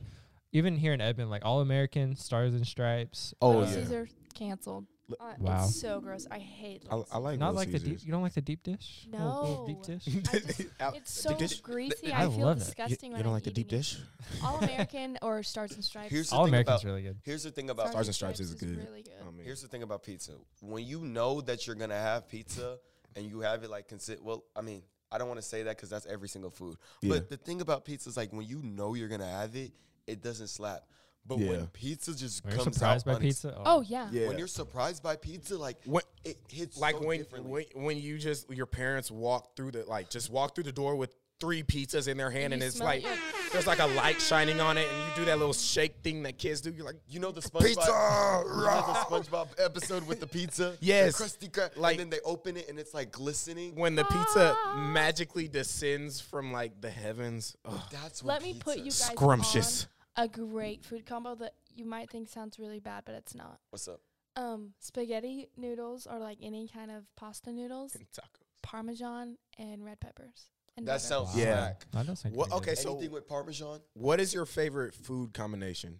even here in Edmond, like All American, Stars and Stripes. um,
Oh
Little
yeah,
Caesar canceled.
L-
Uh,
Wow.
It's so gross. I hate.
I,
Little
I like
Not
Little
like the deep.
Caesars.
You don't like the deep dish? Little- little
No.
*laughs*
deep dish.
I just-
Out-
It's so
deep dish.
greasy.
I
I, feel
love it. You-
disgusting
You,
when
don't
I'm
like the deep
eating it.
dish?
All American or Stars and Stripes.
Here's the
All
thing
American's
about.
really good.
Here's the thing about.
Stars and Stripes is good. Um,
Really good.
I mean,
Here's the thing about pizza. When you know that you're gonna have pizza and you have it like consider well, I mean, I don't want to say that because that's every single food.
Yeah.
But the thing about pizza is like when you know you're gonna have it, it doesn't slap. But
Yeah.
when pizza just
When you're
comes
surprised
out,
by
unex-
pizza.
oh yeah.
um, yeah.
when you're surprised by pizza, like
What-
it hits
like
so
when,
differently.
when when you just your parents walk through the like just walk through the door with three pizzas in their hand
And
and,
you
it's
smell
like
it, like-
there's like a light shining on it and you do that little shake thing that kids do. You're like
you know the SpongeBob, *laughs*
pizza.
you know the SpongeBob episode with the pizza,
Yes.
the crusty crab, and
Like-
then they open it and it's like glistening.
when the pizza magically descends from like the heavens. Ugh.
That's what
Let me put you
pizza-
guys
Scrumptious.
on a great food combo that you might think sounds really bad, but it's not.
What's up?
Um, spaghetti noodles or like any kind of pasta noodles,
*laughs* And tacos.
parmesan and red peppers. And
That
butter.
sounds
Yeah.
whack.
That does sound
What-
pretty good.
okay, so-
Anything with Parmesan?
What is your favorite food combination?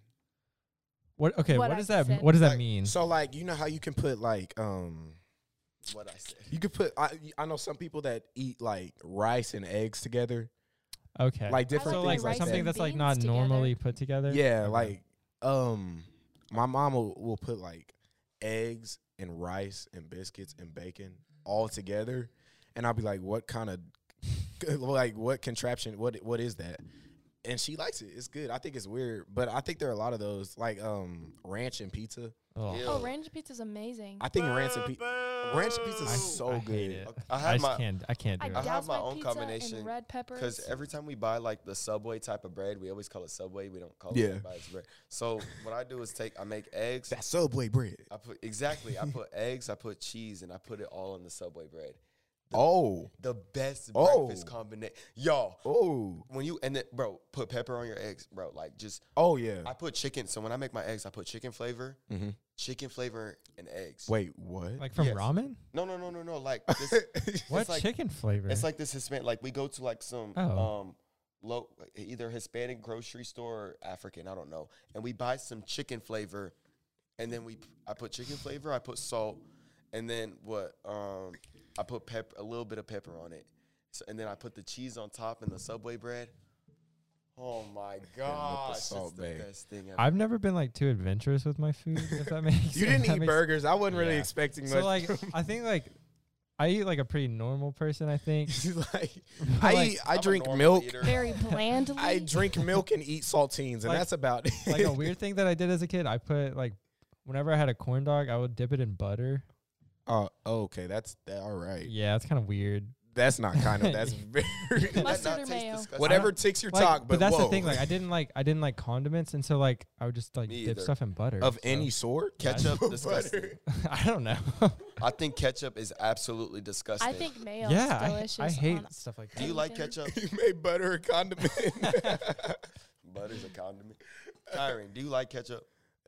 What? Okay.
What
What
I
does that?
said.
What does that
Like,
mean?
So like you know how you can put like um
What I said.
you could put I I know some people that eat like rice and eggs together.
Okay.
Like different
so
like
like
things like that.
something that's like
beans
not
together.
normally put together.
Yeah,
Okay.
like um my mom will, will put like eggs and rice and biscuits and bacon all together and I'll be like what kind *laughs* of like what contraption what what is that? And she likes it. It's good. I think it's weird, but I think there are a lot of those like um ranch and pizza.
Ugh.
Ew.
Oh, ranch pizza's amazing.
I think ranch and pizza ranch pizza
I-
is so
I hate
good.
it.
I
I
had
just
my
can't. I can't
I
do
I
it.
douse
have my
my
own
pizza in
combination
red peppers.
because every time we buy like the Subway type of bread, we always call it Subway. We don't call
Yeah.
it red by its bread. So what I do is take I make eggs.
That Subway bread.
I put exactly. I
*laughs*
put eggs. I put cheese, and I put it all on the Subway bread.
Oh.
The best
Oh.
breakfast combination, y'all.
Oh.
When you and then, bro, put pepper on your eggs, bro. Like just
Oh yeah.
I put chicken. So when I make my eggs, I put chicken flavor,
Mhm.
chicken flavor, and eggs.
Wait, what?
Mm-hmm. Like *laughs* from
Yes.
ramen?
No, no, no, no, no.
*laughs*
Like this,
What
It's like-
chicken flavor?
It's like this Hispanic. Like we go to like some
Oh.
um low either Hispanic grocery store or African, I don't know, and we buy some chicken flavor, and then we I put chicken flavor, I put salt, and then what um I put pepper a little bit of pepper on it, so, and then I put the cheese on top and the Subway bread. Oh my gosh, it's
salt
the
bae.
best thing ever.
I've never been like too adventurous with my food. If that *laughs* makes
you
if
didn't
that
eat
makes-
burgers. I wasn't really
Yeah.
expecting much.
So like, I think like, I eat like a pretty normal person. I think. *laughs*
like,
But,
*laughs* I
like-
eat, I
I'm a
drink
normal
milk. *laughs*
eater.
very blandly.
I drink milk and eat saltines, and
Like-
that's about it. *laughs*
like a weird thing that I did as a kid. I put like, whenever I had a corn dog, I would dip it in butter.
Oh, okay, that's that, all right.
Yeah, it's kind of weird.
That's
*laughs*
not kind of. That's very.
Did that
Mustard
not
or
taste
mayo?
disgusting?
Whatever ticks your
Like,
talk,
but,
but,
that's
whoa.
the thing. Like, I didn't like I didn't like condiments, and so like I would just like
Me
dip
either.
stuff in butter
of
so-
any sort.
Ketchup,
Butter. *laughs*
disgusting.
*laughs* I
*laughs*
don't know.
I think ketchup is absolutely disgusting.
I think mayo
yeah,
is
I,
delicious.
I hate
on-
stuff like
Do
that.
you like
Anything.
ketchup?
you made butter a condiment.
*laughs*
*laughs*
Butter's a condiment. Kyron, do you like ketchup?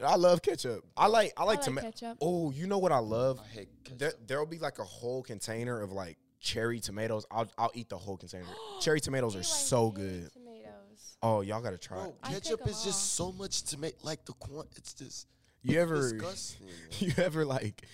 I love ketchup. I like. I
I
like
like
tomato.
ketchup.
Oh, you know what I love?
I hate ketchup.
There, there'll be like a whole container of like cherry tomatoes. I'll I'll eat the whole container. cherry tomatoes
I
are
like
so
cherry
good.
Tomatoes.
Oh, y'all gotta try. it.
Bro,
I pick
ketchup
'em
is
off.
just so much to make. Like the quant, it's just
You ever?
disgusting. man.
*laughs* You ever like?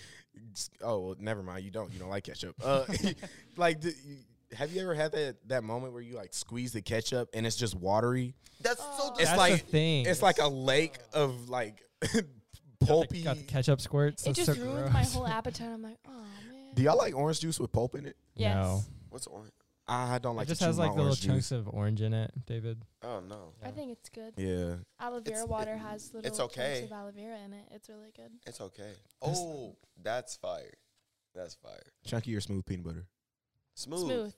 s- Oh, well, never mind. You don't. You don't like ketchup. Uh, *laughs* like, d you- have you ever had that that moment where you like squeeze the ketchup and it's just watery?
That's so.
Oh.
Disgusting.
It's
That's
like
the thing.
It's like a lake of like *laughs*
Got the-
pulpy.
got the ketchup squirts.
It
That's
just
so
ruined my
*laughs* gross.
whole appetite. I'm like, oh man.
Do y'all like orange juice with pulp in it?
yes.
No.
What's orange?
I don't like.
it just
to chew
has
my
like the little
orange
chunks
juice.
of orange in it, David.
Oh no,
I think it's good.
Yeah.
Aloe vera
It's-
water
it-
has little
it's
chunks
okay.
of aloe vera in it. It's really good.
it's okay.
That's-
Oh, that's fire. That's fire.
Chunky or smooth
*laughs*
peanut butter? *laughs*
Smooth.
Smooth.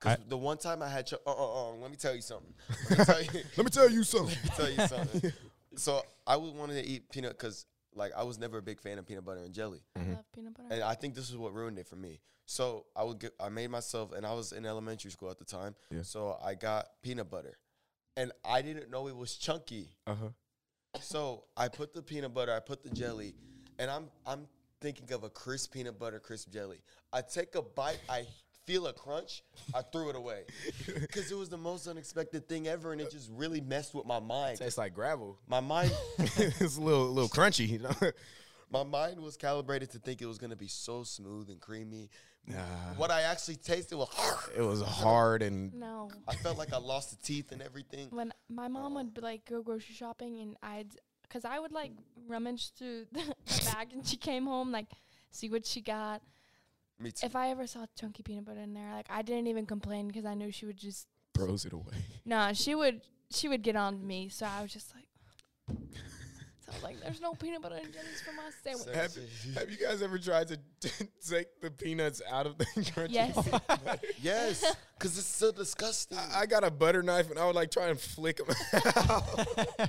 Cause
I-
the one time I had, ch- uh, uh, uh, let me tell you something. Let me tell you,
Let me tell you something.
let me tell you
*laughs*
something. So I would wanted to eat peanut because, like, I was never a big fan of peanut butter and jelly.
I
Mhm.
love peanut butter.
and I think this is what ruined it for me. So I would get, I made myself, and I was in elementary school at the time.
Yeah.
So I got peanut butter, and I didn't know it was chunky.
Uh huh.
So I put the peanut butter, I put the jelly, and I'm I'm thinking of a crisp peanut butter, crisp jelly. I take a bite, I feel a crunch, I threw it away because it was the most unexpected thing ever, and it just really messed with my mind.
Tastes like gravel.
My mind,
*laughs* it's a little little crunchy. You know?
my mind was calibrated to think it was gonna be so smooth and creamy.
Nah.
What I actually tasted was. *laughs*
It was hard and
no.
I felt like I lost the teeth and everything.
When my mom would like go grocery shopping and I'd, cause I would like rummage through *laughs* the, the bag and she came home like, see what she got.
Me too.
If I ever saw chunky peanut butter in there, like I didn't even complain because I knew she would just
throws it away.
Nah, she would she would get on me, so I was just like *laughs* So I was like, There's no peanut butter and jellies for my sandwich.
*laughs* Have, have you guys ever tried to *laughs* take the peanuts out of the *laughs* crunchy?
Yes.
yes, because it's so disgusting.
I, I got a butter knife and I would like try and flick *laughs* them.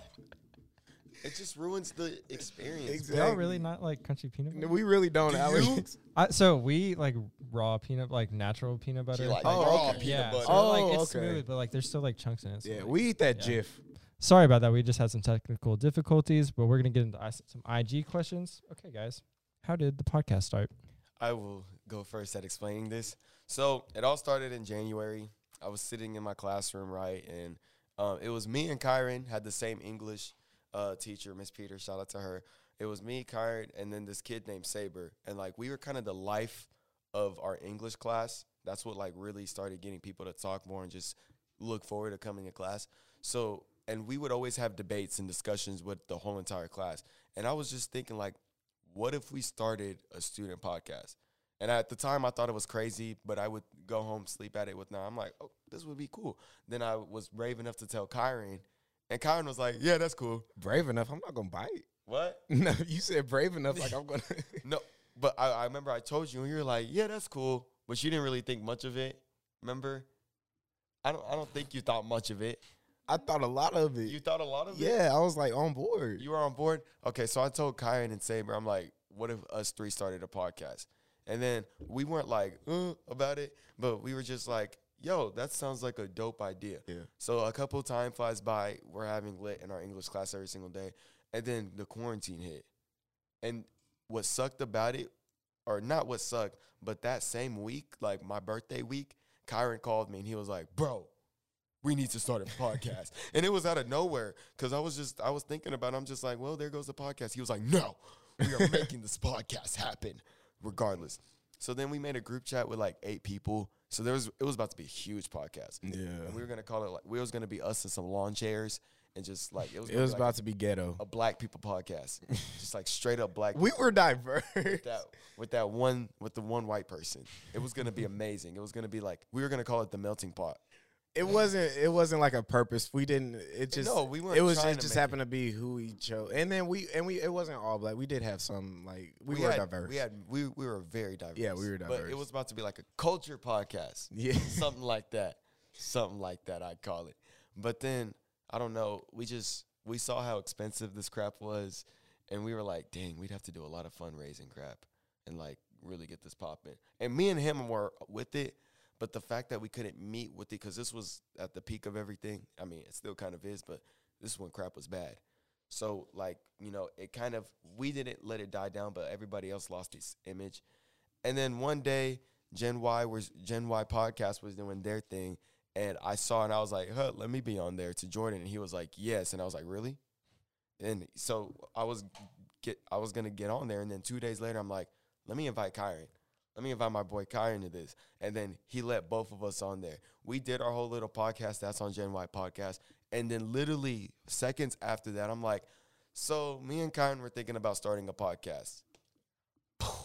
it just ruins the experience.
Exactly.
Do y'all really not like crunchy peanut butter?
we really don't,
Do
Alex.
you?
I, so we like raw peanut, like natural peanut butter.
She like
Oh,
raw
okay.
peanut
yeah,
butter.
so, like
Oh,
it's
okay.
smooth, but like there's still like chunks in it.
*laughs*
so,
Yeah,
like-
we eat that
Yeah.
GIF.
Sorry about that. We just had some technical difficulties, but we're gonna get into I- some IG questions. Okay, guys, how did the podcast start?
I will go first at explaining this. So it all started in January. I was sitting in my classroom, right, and um, it was me and Kyron had the same English uh, teacher, Miss Peter. Shout out to her. It was me, Kyron, and then this kid named Saber, and like we were kind of the life of our English class. That's what like really started getting people to talk more and just look forward to coming to class. So and we would always have debates and discussions with the whole entire class. And I was just thinking like what if we started a student podcast? And at the time, I thought it was crazy, but I would go home, sleep at it with now. I'm like, oh, this would be cool. Then I was brave enough to tell Kyron, and Kyron was like, yeah, that's cool.
Brave enough. I'm not gonna bite. *laughs*
What?
No, you said brave enough. Like I'm gonna. *laughs*
No, but I, I remember I told you, and you were like, yeah, that's cool, but you didn't really think much of it. Remember? I don't. I don't think you thought much of it.
I thought a lot of it.
You thought a lot of it.
yeah, I was like on board.
You were on board? Okay, so I told Kyron and Saber, I'm like, what if us three started a podcast? And then we weren't like, uh, about it, but we were just like, yo, that sounds like a dope idea.
Yeah.
So a couple time flies by, we're having lit in our English class every single day. And then the quarantine hit. And what sucked about it, or not what sucked, but that same week, like my birthday week, Kyron called me and he was like, bro, we need to start a podcast. and it was out of nowhere because I was just, I was thinking about it. I'm just like, well, there goes the podcast. He was like, no, we are making this podcast happen regardless. So then we made a group chat with like eight people. So there was, it was about to be a huge podcast.
Yeah.
And we were going to call it like, we was going to be us and some lawn chairs and just like, it was,
It
gonna
was
be, like,
about to be ghetto.
a black people
*laughs*
podcast. just like straight up black
We were diverse.
that with that
*laughs*
one with the one white person. It was gonna be amazing. It was gonna be like we were gonna call it the melting pot.
it wasn't it wasn't like a purpose. We didn't. It just
no, we weren't.
it was
trying
it
to
just
make
happened to be who we chose, and then we and we it wasn't all black. We did have some like we, were
had,
diverse.
We had we, we were very diverse.
Yeah, we were
But
diverse.
it was about to be like a culture podcast,
*laughs*
*laughs*
yeah, *laughs*
something like that, something like that. I'd call it. But then I don't know. We just we saw how expensive this crap was, and we were like, dang, we'd have to do a lot of fundraising crap, and like really get this popping. And me and him were with it. But the fact that we couldn't meet with it, because this was at the peak of everything. I mean, it still kind of is, but this is when crap was bad. So like, you know, it kind of we didn't let it die down, but everybody else lost its image. And then one day, Gen Y was Gen Y podcast was doing their thing, and I saw and I was like, "Huh, let me be on there." To Jordan, and he was like, "Yes," and I was like, "Really?" And so I was get I was gonna get on there, and then two days later, I'm like, "Let me invite Kyron." Let me invite my boy Kyron to this. And then he let both of us on there. We did our whole little podcast. That's on Gen Y Podcast. And then literally seconds after that, I'm like, so me and Kyron were thinking about starting a podcast. *laughs*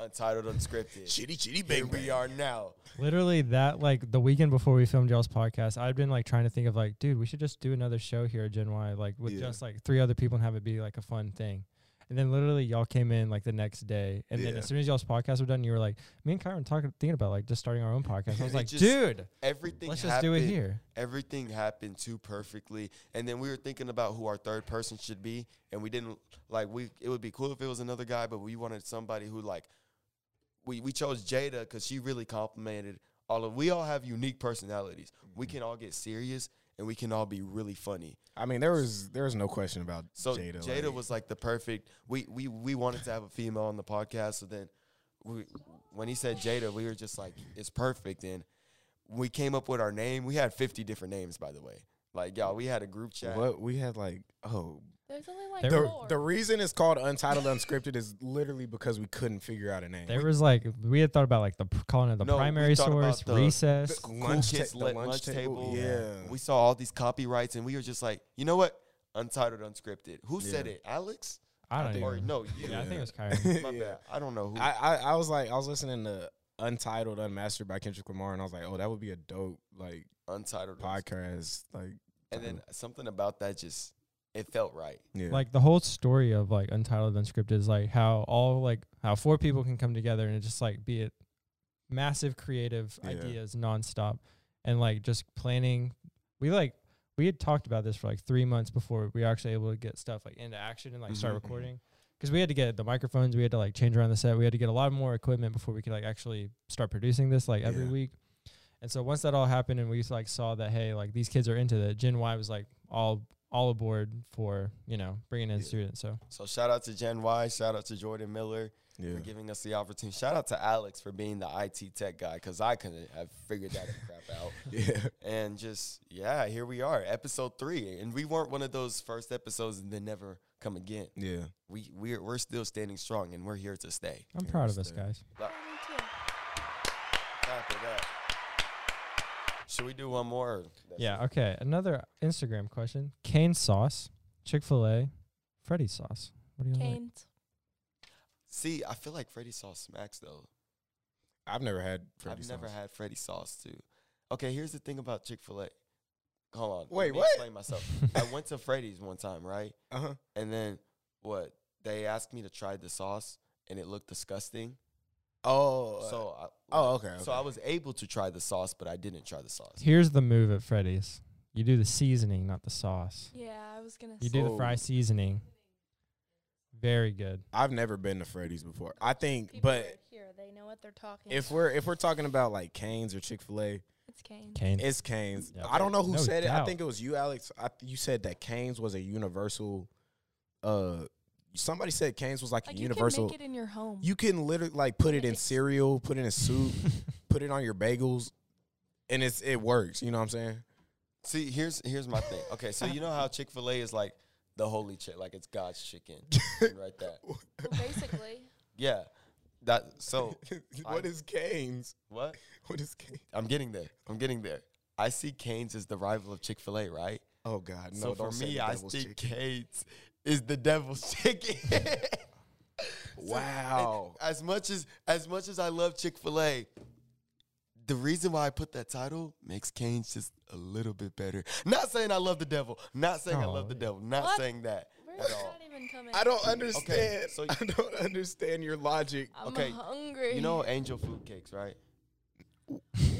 Untitled, unscripted.
shitty shitty
Here
baby.
we are now.
Literally, that like the weekend before we filmed y'all's podcast, I'd been like trying to think of like, dude, we should just do another show here at Gen Y, like with
Yeah.
just like three other people and have it be like a fun thing. And then literally, y'all came in like the next day, and then
Yeah.
as soon as y'all's podcasts were done, you were like, me and Kyron talking, thinking about like just starting our own podcast. I
*laughs*
was
It
like,
just
dude,
Everything
let's just do it
happened-
here.
Everything happened too perfectly. And then we were thinking about who our third person should be. And we didn't like we it would be cool if it was another guy, but we wanted somebody who like we, we chose Jada because she really complimented all of we all have unique personalities. We can all get serious and we can all be really funny.
I mean, there was there was no question about
So
Jada.
Jada,
like-
was like the perfect. We we we wanted to have a female on the podcast. So then, we when he said Jada, we were just like, it's perfect. And we came up with our name. We had fifty different names, by the way. Like y'all, we had a group chat.
what we had like oh
There's only like
There-
the
four.
the reason it's called Untitled Unscripted is literally because we couldn't figure out a name.
There was like we had thought about like the p- calling it the
No, we
primary
thought about
source,
the-
recess.
The
Cool
lunch
kids
ta- the
lit
lunch
lunch,
table,
table.
yeah.
we saw all these copyrights, and we were just like, you know what? Untitled, unscripted. Who said
Yeah.
it? Alex?
I don't
or
even.
no, you?
Yeah, I think it
*laughs*
was Kyron.
My
*laughs* Yeah.
bad. I don't know who.
I, I I was like I was listening to Untitled Unmastered by Kendrick Lamar and I was like oh that would be a dope like
untitled, unscripted.
podcast like
and then something about that just it felt right.
yeah
*laughs* like the whole story of like untitled unscripted is like how all like how four people can come together and just like be it massive creative
Yeah.
ideas nonstop and like just planning we like we had talked about this for like three months before we were actually able to get stuff like into action and like start
Mhm, mhm.
recording because we had to get the microphones we had to like change around the set we had to get a lot more equipment before we could like actually start producing this like every
Yeah.
week and so once that all happened and we like saw that hey like these kids are into that gen y was like all all aboard for you know bringing in
Yeah.
students so
So shout out to Gen Y. Shout out to Jordan Miller.
yeah
for giving us the opportunity. Shout out to Alex for being the IT tech guy because I couldn't have figured that *laughs* crap out.
yeah
And just yeah, here we are, episode three, and we weren't one of those first episodes and then never come again.
*laughs* yeah
We we're we're still standing strong and we're here to stay.
i'm
Yeah,
proud
it's
of us
there.
guys
Yeah, me too.
Clap it up. Should we do one more? That's
yeah okay another instagram question cane sauce chick-fil-a freddy's sauce what do you like
Can't.
See, I feel like Freddy sauce smacks though.
I've never had Freddy
I've
sauce.
never had Freddy sauce too. Okay, here's the thing about Chick Fil A. Hold on. let
Wait,
me
what?
Explain myself. I went to Freddy's one time, right?
uh-huh
And then what? They asked me to try the sauce, and it looked disgusting.
oh uh,
So, I,
oh okay,
so
okay.
I was able to try the sauce, but I didn't try the sauce.
*laughs* here's the move at freddy's you do the seasoning not the sauce
Yeah, I was gonna.
you
say.
do the
Oh.
fry seasoning very good
I've never been to Freddy's before I think
People
but
that are here, they know what they're talking.
if
about.
we're if we're talking about like Canes or Chick Fil A
it's Kane.
cane
It's Canes.
Yeah.
I don't know who
No
said it. I
doubt.
think it was you, Alex. I, th- you said that Canes was a universal. Uh, somebody said Canes was like,
Like
a
you
universal.
can make it in your home.
you can literally like put it in
Yes.
cereal, put it in soup, put it on your bagels, and it's it works. You know what I'm saying?
See, here's here's my thing. Okay, so you know how Chick Fil A is like the holy chick, like it's God's chicken,
*laughs*
right? That,
well, basically.
yeah. That
*laughs*
so
what
I-
is Canes?
what?
What is Canes?
I'm getting there. I'm getting there. I see Canes as the rival of Chick Fil A, right?
Oh God! No,
so for
don't say
me,
the
I
devil's
think *laughs*
chicken.
Canes is the devil's *laughs* chicken.
Wow.
as much as as much as I love Chick Fil A, the reason why I put that title makes Kane's just a little bit better. Not saying I love the devil. Not saying I
Oh,
love the
yeah.
devil. Not
What?
saying that
Where's
at all.
that even coming?
I don't understand.
so-
*laughs* I don't understand your logic.
I'm
okay,
hungry.
You know angel food cakes, right?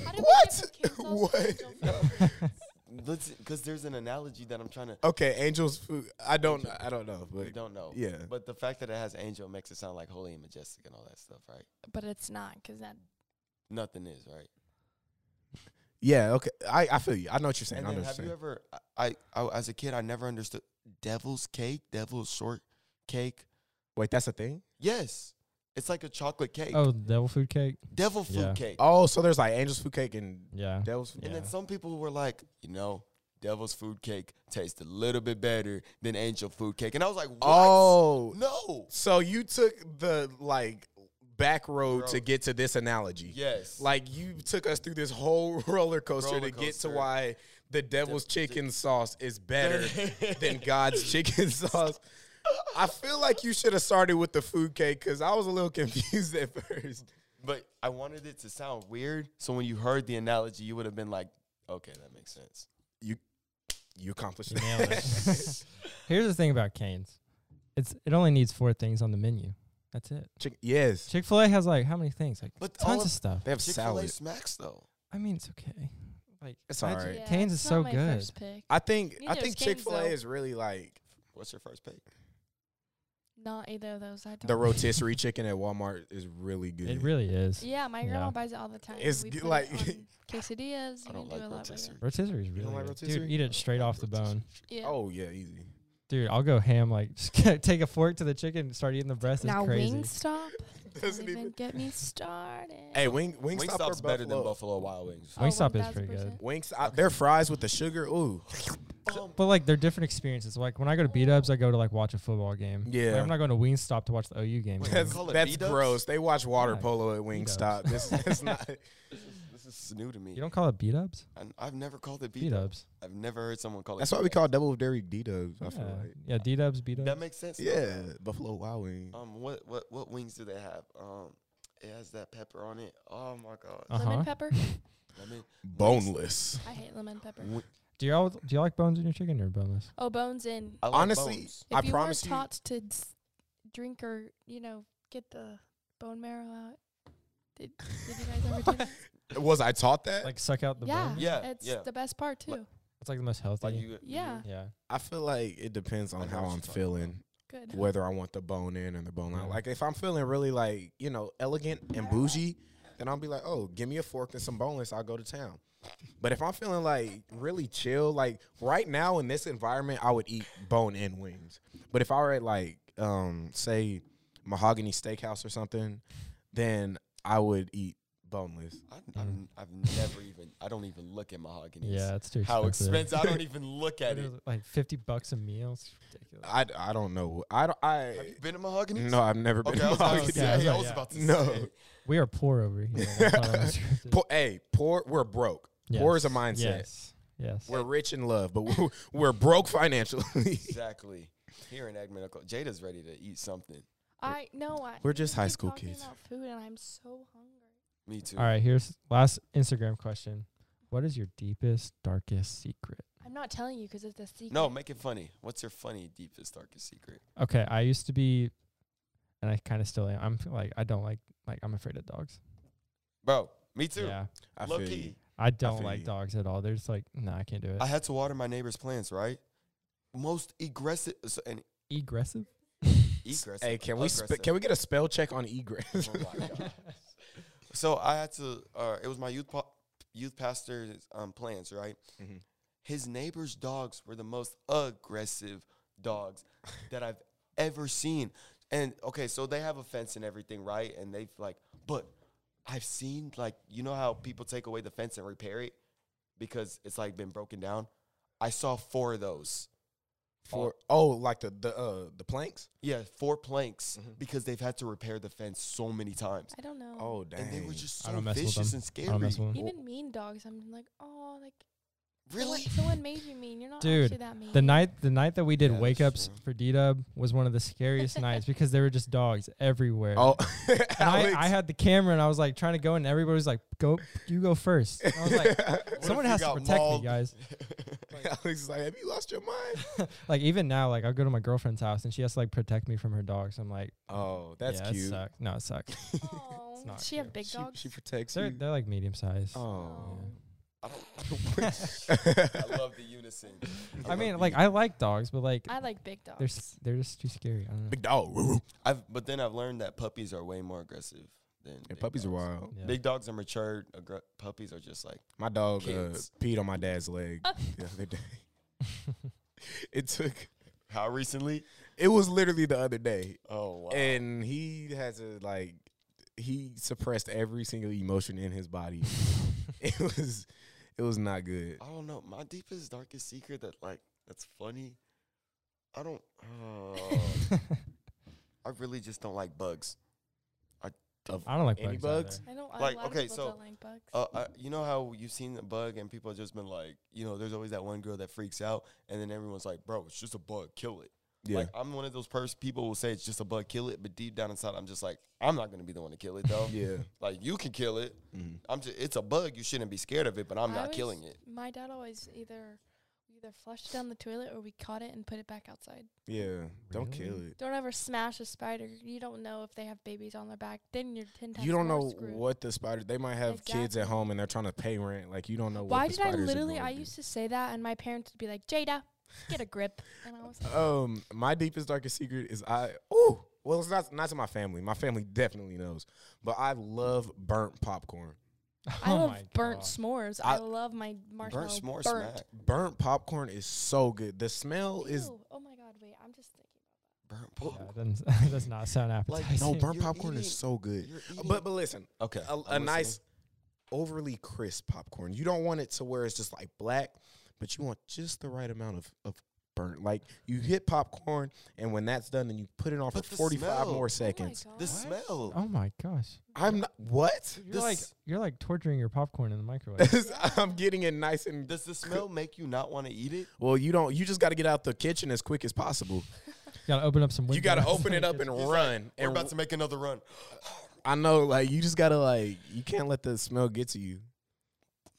How do we
What?
get from Kansas to
*laughs* What?
Angel Food?
*laughs*
Let's because there's an analogy that I'm trying to
Okay, angels food. I don't. I don't know.
we
But
don't know.
yeah.
But the fact that it has angel makes it sound like holy and majestic and all that stuff, right?
But it's not because that.
Nothing is, right?
yeah, okay. I, I feel you. I know what you're saying.
And
I
then have
understand.
you ever? I, I I- as a kid, I never understood devil's cake, devil's short cake.
Wait, that's a thing.
Yes, it's like a chocolate cake,
*laughs* Oh, devil food cake.
devil food
yeah.
cake.
Oh, so there's like angels food cake and
Yeah.
devils food.
And then
yeah.
some people were like, you know, devil's food cake tastes a little bit better than angel food cake, and I was like, what?
Oh,
no,
so you took the like back road to
Road.
get to this analogy.
yes,
Like you took us through this whole *laughs* roller coaster
Roller
to get to
coaster.
why the devil's chicken sauce
*laughs*
is better than God's chicken *laughs* sauce. I feel like you should have started with the food cake because I was a little *laughs* confused at first.
but I wanted it to sound weird, so when you heard the analogy, you would have been like, okay, that makes sense.
You you accomplished
You
it.
nailed it. Here's the thing about Canes. It's it only needs four things on the menu. That's it.
*laughs* Chick- yes.
Chick Fil A has like how many things? Like
But all
tons
of-
of stuff.
They have
Chick Fil A
salad.
smacks though.
I mean, it's okay. Like
It's
I
all
ju-
right.
Cane's is
it's
so
not my
good.
First pick.
I think I
Neither
think
is Cane's,
Chick fil A
though.
is really like
What's your first pick?
Not either of those. I don't.
the rotisserie chicken at Walmart is really good.
It really is.
Yeah, my grandma
Yeah.
buys it all the time.
It's
we
g-
put it
*laughs* like-
on quesadillas.
I
You
don't
can do
like
a lot with it.
rotisserie.
Rotisserie is really
don't like
good.
rotisserie?
Dude, eat it straight off the bone.
Yeah.
Oh yeah, easy.
Dude, I'll go ham. Like, *laughs* just take a fork to the chicken and start eating the breast. It's
now
crazy.
*laughs*
Wingstop.
Doesn't
Don't even
even-
get me started.
Hey, Wing Wingstop
Wingstop's
or
better than
Buffalo?
Buffalo Wild Wings.
Oh,
Wingstop is
1000%.
pretty good.
Wings, I, their fries with the sugar. Ooh,
But like, they're different experiences. Like when I go to beat ups, I go to like watch a football game. Like,
Yeah.
I'm not going to Wingstop to watch the OU game.
Wait,
*laughs*
you know?
that's,
call it
that's
B-dubs?
gross. They watch water
Yeah,
polo at Wingstop. This is not.
*laughs* This is new to me.
you don't call it beat ups?
I- I've never called it
Beat
B-dub.
ups.
I've never heard someone call it.
*laughs* That's why we
B-dub.
call double dairy D dubs. I
Yeah,
feel like.
yeah D Dubs, beat
That
ups.
makes sense. though.
Yeah, Buffalo Wild Wing.
Um, what what what wings do they have? Um, it has that pepper on it. Oh my god.
uh-huh.
Lemon pepper.
Lemon.
Boneless.
I hate lemon pepper.
Wi-
Do y'all do you like bones in your chicken or boneless?
Oh, bones in.
I like
Honestly,
bones.
If
I
you
promise
were
you-
taught to s- drink or you know get the bone marrow out, did, did you guys ever do that?
*laughs* Was I taught that?
Like suck out *laughs* the
yeah,
bone.
Yeah,
it's
yeah.
the best part too.
Like-
It's like the most healthy.
like you.
yeah,
yeah.
I feel like it depends
I
on
know
how
what
I'm
you're talking about.
feeling,
good.
whether I want the bone in or the bone out.
Yeah.
Like if I'm feeling really like you know elegant and bougie, then I'll be like, oh, give me a fork and some boneless. I'll go to town. But if I'm feeling like really chill, like right now in this environment, I would eat bone in wings. But if I were at like um say mahogany steakhouse or something, then I would eat boneless.
I, I've,
Mm.
I've never even. I don't even look at mahogany.
Yeah, it's too expensive.
How expensive! I
*laughs*
don't even look
What
at it.
is it, Like fifty bucks a meal. It's ridiculous.
I, I don't know. I don't I
Have you been to mahogany?
no, I've never been
Okay,
to
I was about to
mahogany.
Okay, I was
say. I
like,
was
yeah.
about to
No.
say.
We are poor over here. That's not unscripted.
Po- hey, poor. We're broke. Poor is a
*laughs* Yes,
mindset.
Yes. Yes.
We're rich in love, but we're, we're broke financially. *laughs*
Exactly. Here in Agman, Jada's ready to eat something.
I no, I
We're just
you
high
keep
school
talking
kids.
About food, and I'm so hungry.
Me too.
All right. Here's last Instagram question. What is your deepest, darkest secret?
I'm not telling you because it's a secret.
No, make it funny. What's your funny, deepest, darkest secret?
Okay, I used to be, and I kind of still am. I'm like I don't like like I'm afraid of dogs.
Bro, me too.
Yeah.
I
Low
feel
key.
you.
I don't
feel
like
you.
dogs at all. They're just like, no, nah, I can't do it.
I had to water my neighbor's plants, right? Most aggressive so, and
Aggressive.
egress.
Hey, can we spe-
aggressive.
can we get a spell check on egress?
Oh my
*laughs*
God. so I had to. Uh, it was my youth pa- youth pastor's um, plans, right?
Mhm.
His neighbor's dogs were the most aggressive
*laughs*
dogs that I've ever seen. And okay, so they have a fence and everything, right? And they've like, but I've seen like you know how people take away the fence and repair it because it's like been broken down. I saw four of those.
For oh, like the the uh, the planks.
Yeah, four planks
Mm-hmm.
Mhm.
because they've had to repair the fence so many times.
I don't know.
Oh dang.
And they were just
I
so
don't mess with
vicious
them.
and
I
scary.
don't mess with 'em.
Even mean dogs, I'm like, oh, like
Really?
Someone made you mean. You're not
Dude,
actually that mean.
The
*laughs*
night *laughs* the night that we did
Yeah,
wake
that's
ups
true.
for D Dub was one of
*laughs*
the scariest nights because there were just dogs everywhere.
*laughs* Oh,
And
Alex.
I, I had the camera and I was like trying to go and everybody was like, "Go, you go first. And I was
*laughs*
like,
*laughs* What
"Someone
if you
has to
got
protect
mauled? *laughs*
me, guys."
Alex is like, have you lost your mind?
Like even now, like I'll go to my girlfriend's house and she has to like protect me from her dogs. I'm like,
Oh, that's
yeah,
cute.
It sucks. No, it sucks.
*laughs*
Aw,
not
she have
cute.
big
She,
dogs.
she protects
They're
you.
they're like medium sized.
Oh.
I
*laughs*
*laughs* don't- I love the unison.
I
love
mean,
the
like I like dogs, but like
I like big dogs.
they're s- they're just too scary. I don't know.
Big dog.
I've but then I've learned that puppies are way more aggressive than
Yeah,
big
puppies are
dogs.
wild.
Yeah.
*laughs* Big dogs are matured. Aggr- puppies are just like
My dog uh,
Kids.
peed on my dad's leg
Uh.
*laughs* the other day. it took.
how recently?
It was literally the other day,
Oh wow!
Eh.
and he has a like. He suppressed every single emotion in his body. *laughs*
*laughs*
*laughs*
it was, it was not good.
I don't know. My deepest darkest secret that like that's funny. I don't. Uh, I really just don't like bugs.
I don't like
Any
bugs.
bugs?
*laughs* either.
I don't.
like,
a lot
okay,
of people
so,
don't like bugs.
Uh, I, you know how you've seen a bug and people have just been like, you know, there's always that one girl that freaks out, and then everyone's like, bro, it's just a bug, kill it.
Yeah,
Like I'm one of those pers- people who will say it's just a bug, kill it, but deep down inside, I'm just like, I'm not gonna be the one to kill it though.
*laughs*
*laughs*
yeah.
Like you can kill it.
Mm-hmm.
I'm just it's a bug. You shouldn't be scared of it, but I'm
I
not
always-
killing it.
My dad always either we either flushed it down the toilet or we caught it and put it back outside.
Yeah, don't kill
Really?
it.
Don't ever smash a spider. You don't know if they have babies on their back. Then you're ten times.
You don't
more
know
screwed.
what the spider. They might have kids at
Exactly.
home and they're trying to pay rent. Like you don't know.
Why
what the
did I
spiders are
literally?
gonna
I
do.
used to say that, and my parents would be like, "Jada, get a grip." And I
*laughs*
was like,
Um, my deepest darkest secret is I. Oh, well, it's not not to my family. My family definitely knows, but I love burnt popcorn.
"I
Oh
love
my
burnt
God.
s'mores.
I-
I, love my marshmallow
Burnt s'more
burnt.
smack.
Burnt popcorn is so good. The smell is
Ew. oh my god! Wait, I'm just thinking.
Burnt
Yeah,
popcorn.
it doesn't *laughs* it does not sound
Like,
appetizing.
no burnt
You're
popcorn
eating-
is so good.
You're
But
eating-
but listen,
okay,
a, a
I'm
nice,
listening.
overly crisp popcorn. You don't want it to where it's just like black, but you want just the right amount of of burnt. Like you hit popcorn, and when that's done, then you put it on
But
for
the
forty five
smell. Oh my
more seconds.
Oh my
The
god.
smell.
*laughs* Oh my gosh.
I'm not what.
You're like
This-
you're like torturing your popcorn in the microwave.
*laughs* I'm getting it nice and
Does the smell make you not want to eat it?
Well, you don't. You just got to get out the kitchen as quick as possible.
gotta open up some windows.
You got to open
*laughs*
it up and
He's like,
run.
We're
and
about to make another run.
I know, like you just got to like you can't let the smell get to you.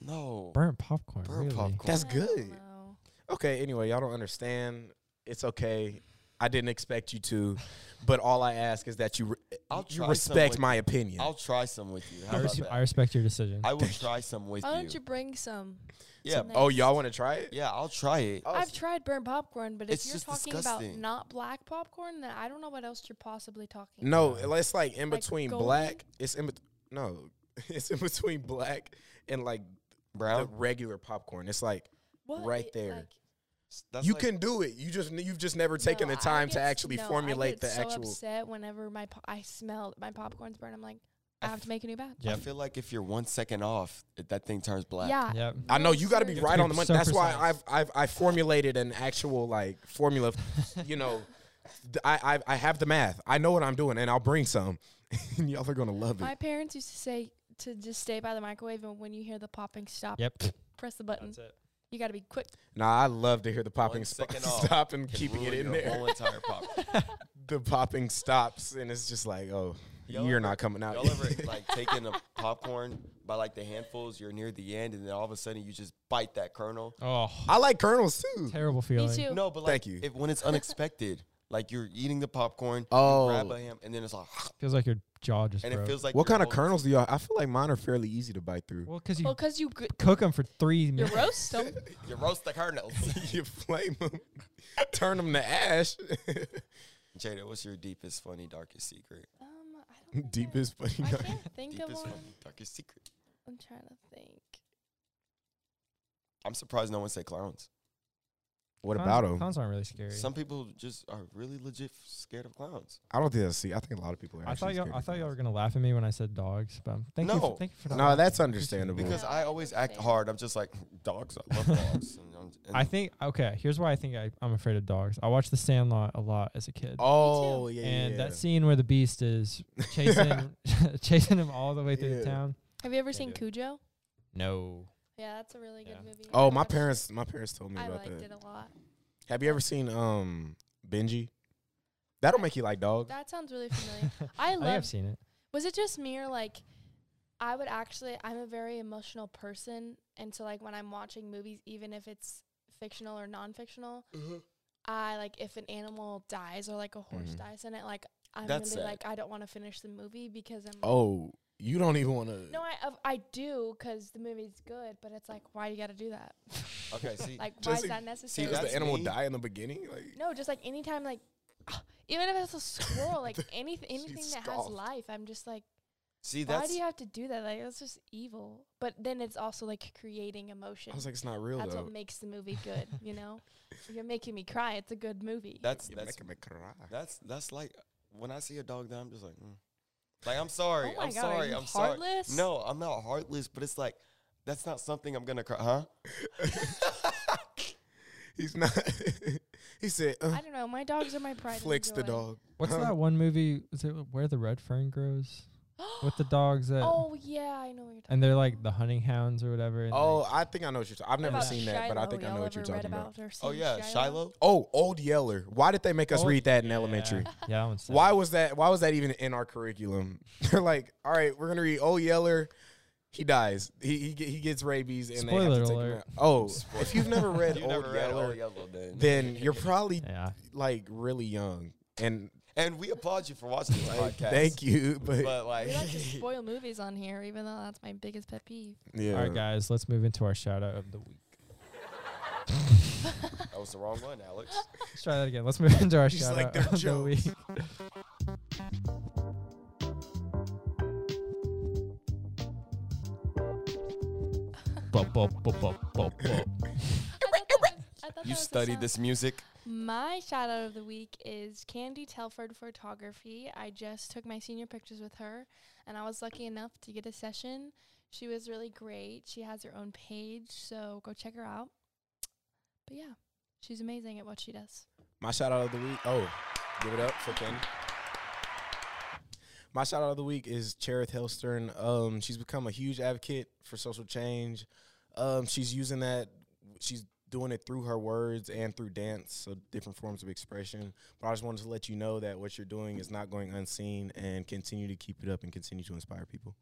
No.
*laughs* burnt popcorn.
Burnt
really.
popcorn.
That's
I don't
good.
know.
Okay. Anyway, y'all don't understand. It's okay. I didn't expect you to, but all I ask is that you re-
I'll
you
try some
respect
with
my opinion.
I'll try some with you. How
I,
about
res- I
that?
respect your decision.
I will try some with
Why
you.
don't you bring some?
Yeah.
to
oh,
next-
y'all want to try it?
Yeah, I'll try it.
Oh,
I've tried burnt popcorn, but
It's
if you're
just
talking about
disgusting.
not black popcorn, then I don't know what else you're possibly talking. about.
No, it's like in
Like
between
golden?
black. It's in bet- no, *laughs* it's in between black and like the
Brown.
regular popcorn. It's like
What
right
it-
there.
like-
That's
you
like-
can do it. You just you've just never taken
No,
the
I
time to
get-
actually
no, I
formulate
get
the
so
actual.
upset whenever my po- I smell my popcorn's burnt. I'm like, I have to make a new batch.
I
Yep.
feel like if you're one second off, it- that thing turns black.
Yeah.
Yep.
I know you got to
Yes,
be
sir.
have to
right
be
on the money.
so
That's why
precise.
I've I've I formulated an actual like formula. Of, you know, th- I, I I have the math. I know what I'm doing, and I'll bring some. *laughs* and y'all are gonna love
My
it.
parents used to say to just stay by the microwave, and when you hear the popping, stop.
*laughs* Yep.
Press the button.
That's it.
You got to be quick.
Nah, I love to hear the popping
One
sp- *laughs*
second off
stop and
Can
keeping it
ruin
in
your
there.
Whole entire
*laughs*
popcorn.
The popping stops, and it's just like, oh,
Y'all
you're
ever-
not coming out.
Y'all ever like taking a popcorn by like the handfuls? You're near the end, and then all of a sudden you just bite that kernel.
Oh,
*laughs* *laughs* I like kernels too.
terrible feeling.
Me too.
No, but like
Thank you.
If, when it's unexpected, like you're eating the popcorn,
Oh.
you grab a ham, and then it's like,
Feels like your jaw just
and it
broke.
feels like
What
your
kind of
whole-
kernels do y'all? I feel like mine are fairly easy to bite through.
well, because you
Well, because you gr-
cook them for three
you
minutes.
roast
*laughs*
them.
You roast the
*laughs*
kernels. *laughs*
you flame them, turn them to ash. *laughs*
Jada, what's your deepest, funny, darkest secret?
um, I don't
*laughs*
know.
Deepest funny.
I
night.
can't think of
Deepest,
one.
funny, darkest secret.
I'm trying to think.
I'm surprised no one said clowns.
What
Clowns-
about them?
Clowns aren't really scary.
Some people just are really legit f- scared of clowns.
I don't think that's see. I think a lot of people are.
I thought
actually
y'all.
scared
I
of
thought y'all were
clowns.
gonna laugh at me when I said dogs, but thank you.
No.
For, thank you for not
No,
laughing.
that's
I appreciate it.
understandable.
Because
No,
I
I
always
wouldn't
act
say.
hard. I'm just like dogs. I love dogs. and I'm- and
I think okay. Here's why I think I, I'm afraid of dogs. I watched The Sandlot a lot as a kid,
Oh yeah, yeah,
and
yeah. *laughs*
that scene where the beast is *laughs* chasing chasing him all the way through
Yeah.
the town.
Have you ever
Yeah,
seen
dude.
Cujo?
No,
Yeah, that's a really
Yeah.
good movie. I
Oh, my
watched-
parents, my parents told me
I
about
liked it
that.
a lot.
Have you ever seen um Benji? That'll make you like dog.
That sounds really
*laughs*
*laughs*
familiar. I
I have
love.
seen it.
Was it just me or like? I would actually. I'm a very emotional person, and so like when I'm watching movies, even if it's fictional or non-fictional,
Mm-hmm.
I like if an animal dies or like a horse
Mhm.
dies in it, like I'm
That's
really
sad.
like I don't want to finish the movie because I'm.
Oh, you don't even want to.
No, I of I do because the movie's good, but it's like why do you got to do that?
Okay, see,
*laughs* like why
Jesse,
is that
see,
necessary?
Does the
that's
animal
me.
die in the beginning? Like
No, just like anytime, like *sighs* even if it's a squirrel,
*laughs*
like anything,
She's
anything that has
scoffed.
life, I'm just like,
see,
why
that's
do you have to do that? Like that's just evil. But then it's also like creating emotion.
I was like, it's not real
that's
though.
what makes the
*laughs*
movie good. You know, If you're making me cry. It's a good movie.
that's
You're
that's
making me cry. *laughs*
that's that's like when I see a dog die, I'm just like, mm. like I'm sorry,
oh my
I'm
God,
sorry,
are you
I'm
heartless?
sorry. No, I'm not heartless, but it's like that's not something I'm gonna cry, huh?
He's not. *laughs* he said, uh,
I don't know. My dogs are my pride. and
flicks the
joy. *gasps*
dog.
What's
Huh?
that one movie? Is it Where the Red Fern Grows? With the dogs that
Oh yeah, I know what you're talking.
and they're like the hunting hounds or whatever. and, like,
Oh, I think I know what you're talking. I've never
about
seen that, but I
Shiloh?
think I
Y'all
know what you're
ever read
talking about.
or
Oh
seen
yeah, Shiloh.
Oh, Old Yeller. Why did they make us
Old-
read that in
yeah. *laughs*
elementary?
Yeah, that one's sad.
Why was that? Why was that even in our curriculum? *laughs* They're like, all right, we're gonna read Old Yeller. He dies. He he, ge- he gets rabies, and they
Spoiler
have to take him
alert.
out. Oh, if you've never read,
You
Old,
never read
Yeller,
Old Yellow, then.
then you're probably
Yeah.
like really young. And
and we applaud you for watching this
like,
podcast.
thank you, but,
But like,
We like
*laughs*
to spoil movies on here, even though that's my biggest pet peeve.
yeah,
All right, guys, let's move into our shout out of the week.
*laughs*
*laughs*
that was the wrong one, Alex.
Let's try that again. Let's move *laughs* into our
He's
shout
like,
out
"They're
of the
jokes."
week. *laughs* Bop, bop, bop, bop, bop, bop.
I thought that was- I thought that
You
was a
studied
sound-
this music.
My shout out of the week is Candy Telford Photography. I just took my senior pictures with her and I was lucky enough to get a session. She was really great. She has her own page, so go check her out. But yeah, she's amazing at what she does.
My shout out of the week. Oh, give it up for Ken. My shout out of the week is Cherith Helstern. Um, she's become a huge advocate for social change. Um, she's using that. She's doing it through her words and through dance, so different forms of expression. But I just wanted to let you know that what you're doing is not going unseen, and continue to keep it up and continue to inspire people.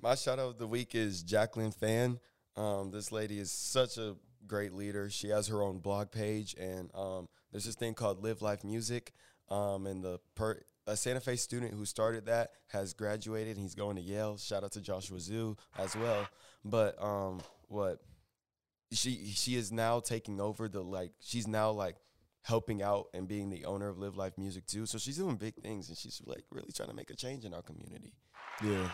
My shout out of the week is Jacqueline Fan. Um, this lady is such a great leader. She has her own blog page, and um, there's this thing called Live Life Music. Um, and the per- a Santa Fe student who started that has graduated, and he's going to Yale. Shout out to Joshua Zhu as well. But um, what she she is now taking over the like she's now like helping out and being the owner of Live Life Music too. So she's doing big things, and she's like really trying to make a change in our community.
Yeah.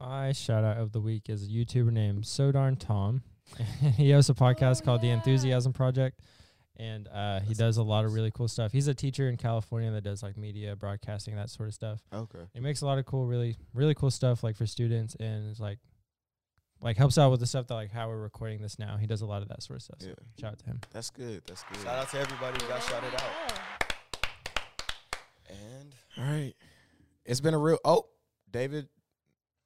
My shout out of the week is a YouTuber named So Darn Tom. *laughs* he hosts a podcast
Oh,
called The
yeah.
Enthusiasm Project, and uh, he
That's
does a lot of
awesome.
really cool stuff. He's a teacher in California that does like media, broadcasting, that sort of stuff.
Okay.
He makes a lot of cool, really, really cool stuff like for students, and it's like, like helps out with the stuff that like how we're recording this now. He does a lot of that sort of stuff. So
Yeah.
shout out to him.
That's good. That's good.
Shout out to everybody who got
There
shouted
we
out.
go.
And
All right. It's been a real. Oh, David,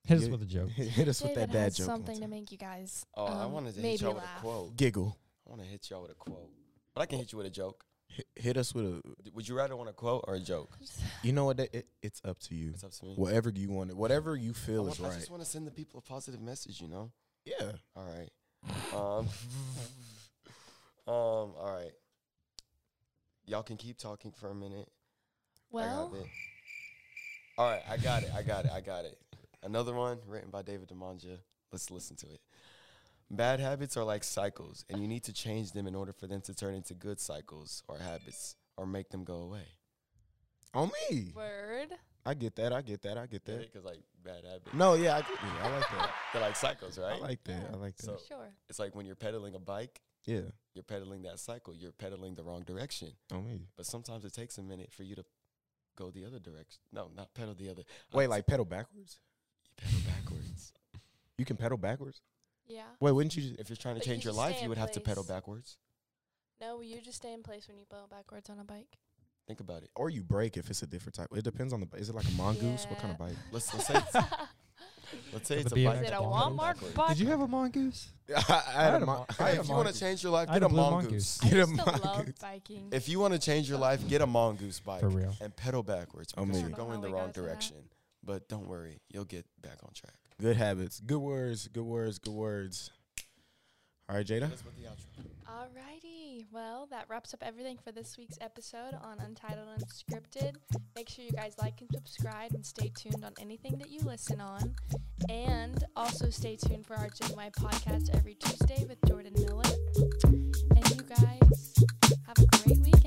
Hit us
Yeah.
with a
*laughs*
joke.
hit us with
David
that dad
has
joke. one
something to
time.
make you guys. *laughs*
oh, I
um,
wanted to hit
maybe
y'all
laugh.
with a quote.
Giggle.
I want to hit y'all with a quote, but I can hit you with a joke.
Hit, hit us with a.
D- Would you rather want a quote or a joke?
You know what? that- It, it's up to you.
It's up to me.
Whatever you want, whatever you
I,
feel
want-
is
I
right.
just want to send the people a positive message. You know.
Yeah.
All right. Um. *laughs* um. All right. Y'all can keep talking for a minute.
Well,
I got it. All right, I got it. I got it. I got it. Another one written by David Demanja. Let's listen to it. Bad habits are like cycles, and you need to change them in order for them to turn into good cycles or habits or make them go away.
On me.
word.
I get that. I get that. I get that.
Because like bad habits,
No, yeah, I, get that. I like *laughs* that.
they're like cycles,
I
right?
like that. I like that.
So-
Sure.
it's like when you're pedaling a bike,
yeah.
you're pedaling that cycle. You're pedaling the wrong direction,
On me.
but sometimes it takes a minute for you to go the other direction. No, not pedal the other.
Wait, like pedal backwards?
pedal backwards.
You can pedal backwards?
Yeah.
Wait, wouldn't you? Just,
If you're trying to
But you
change your
just
life,
stay
you
in
would have to pedal
place.
backwards.
No, you just stay in place when you go backwards on a bike.
Think about it.
Or you break if it's a different type. It depends on the. Is it like a mongoose? What kind of bite?
Let's let's say *laughs*
*laughs*
it's, let's say
The
it's a
BMX
bike.
Is it a
Walmart bike?
Did you have a mongoose?
I, I had a
a
mon-
mon-
I had
Hey,
a
if you want
mongoose.
to change your life,
I
get
had
a
a blue
mongoose.
I
Get a
used to love
mongoose.
biking.
If you want to change your life, get a mongoose bike
For real.
and pedal backwards
I'm
because you're
with
you.
going the
I don't know
wrong
how we got to
direction. But don't worry, you'll get back on track.
Good habits. Good words. Good words. Good words. All right, Jada.
That's what the outro.
Alrighty. Well, that wraps up everything for this week's episode on Untitled Unscripted. Make sure you guys like and subscribe and stay tuned on anything that you listen on. And also stay tuned for our Gen Y podcast every Tuesday with Jordan Miller. And you guys have a great week.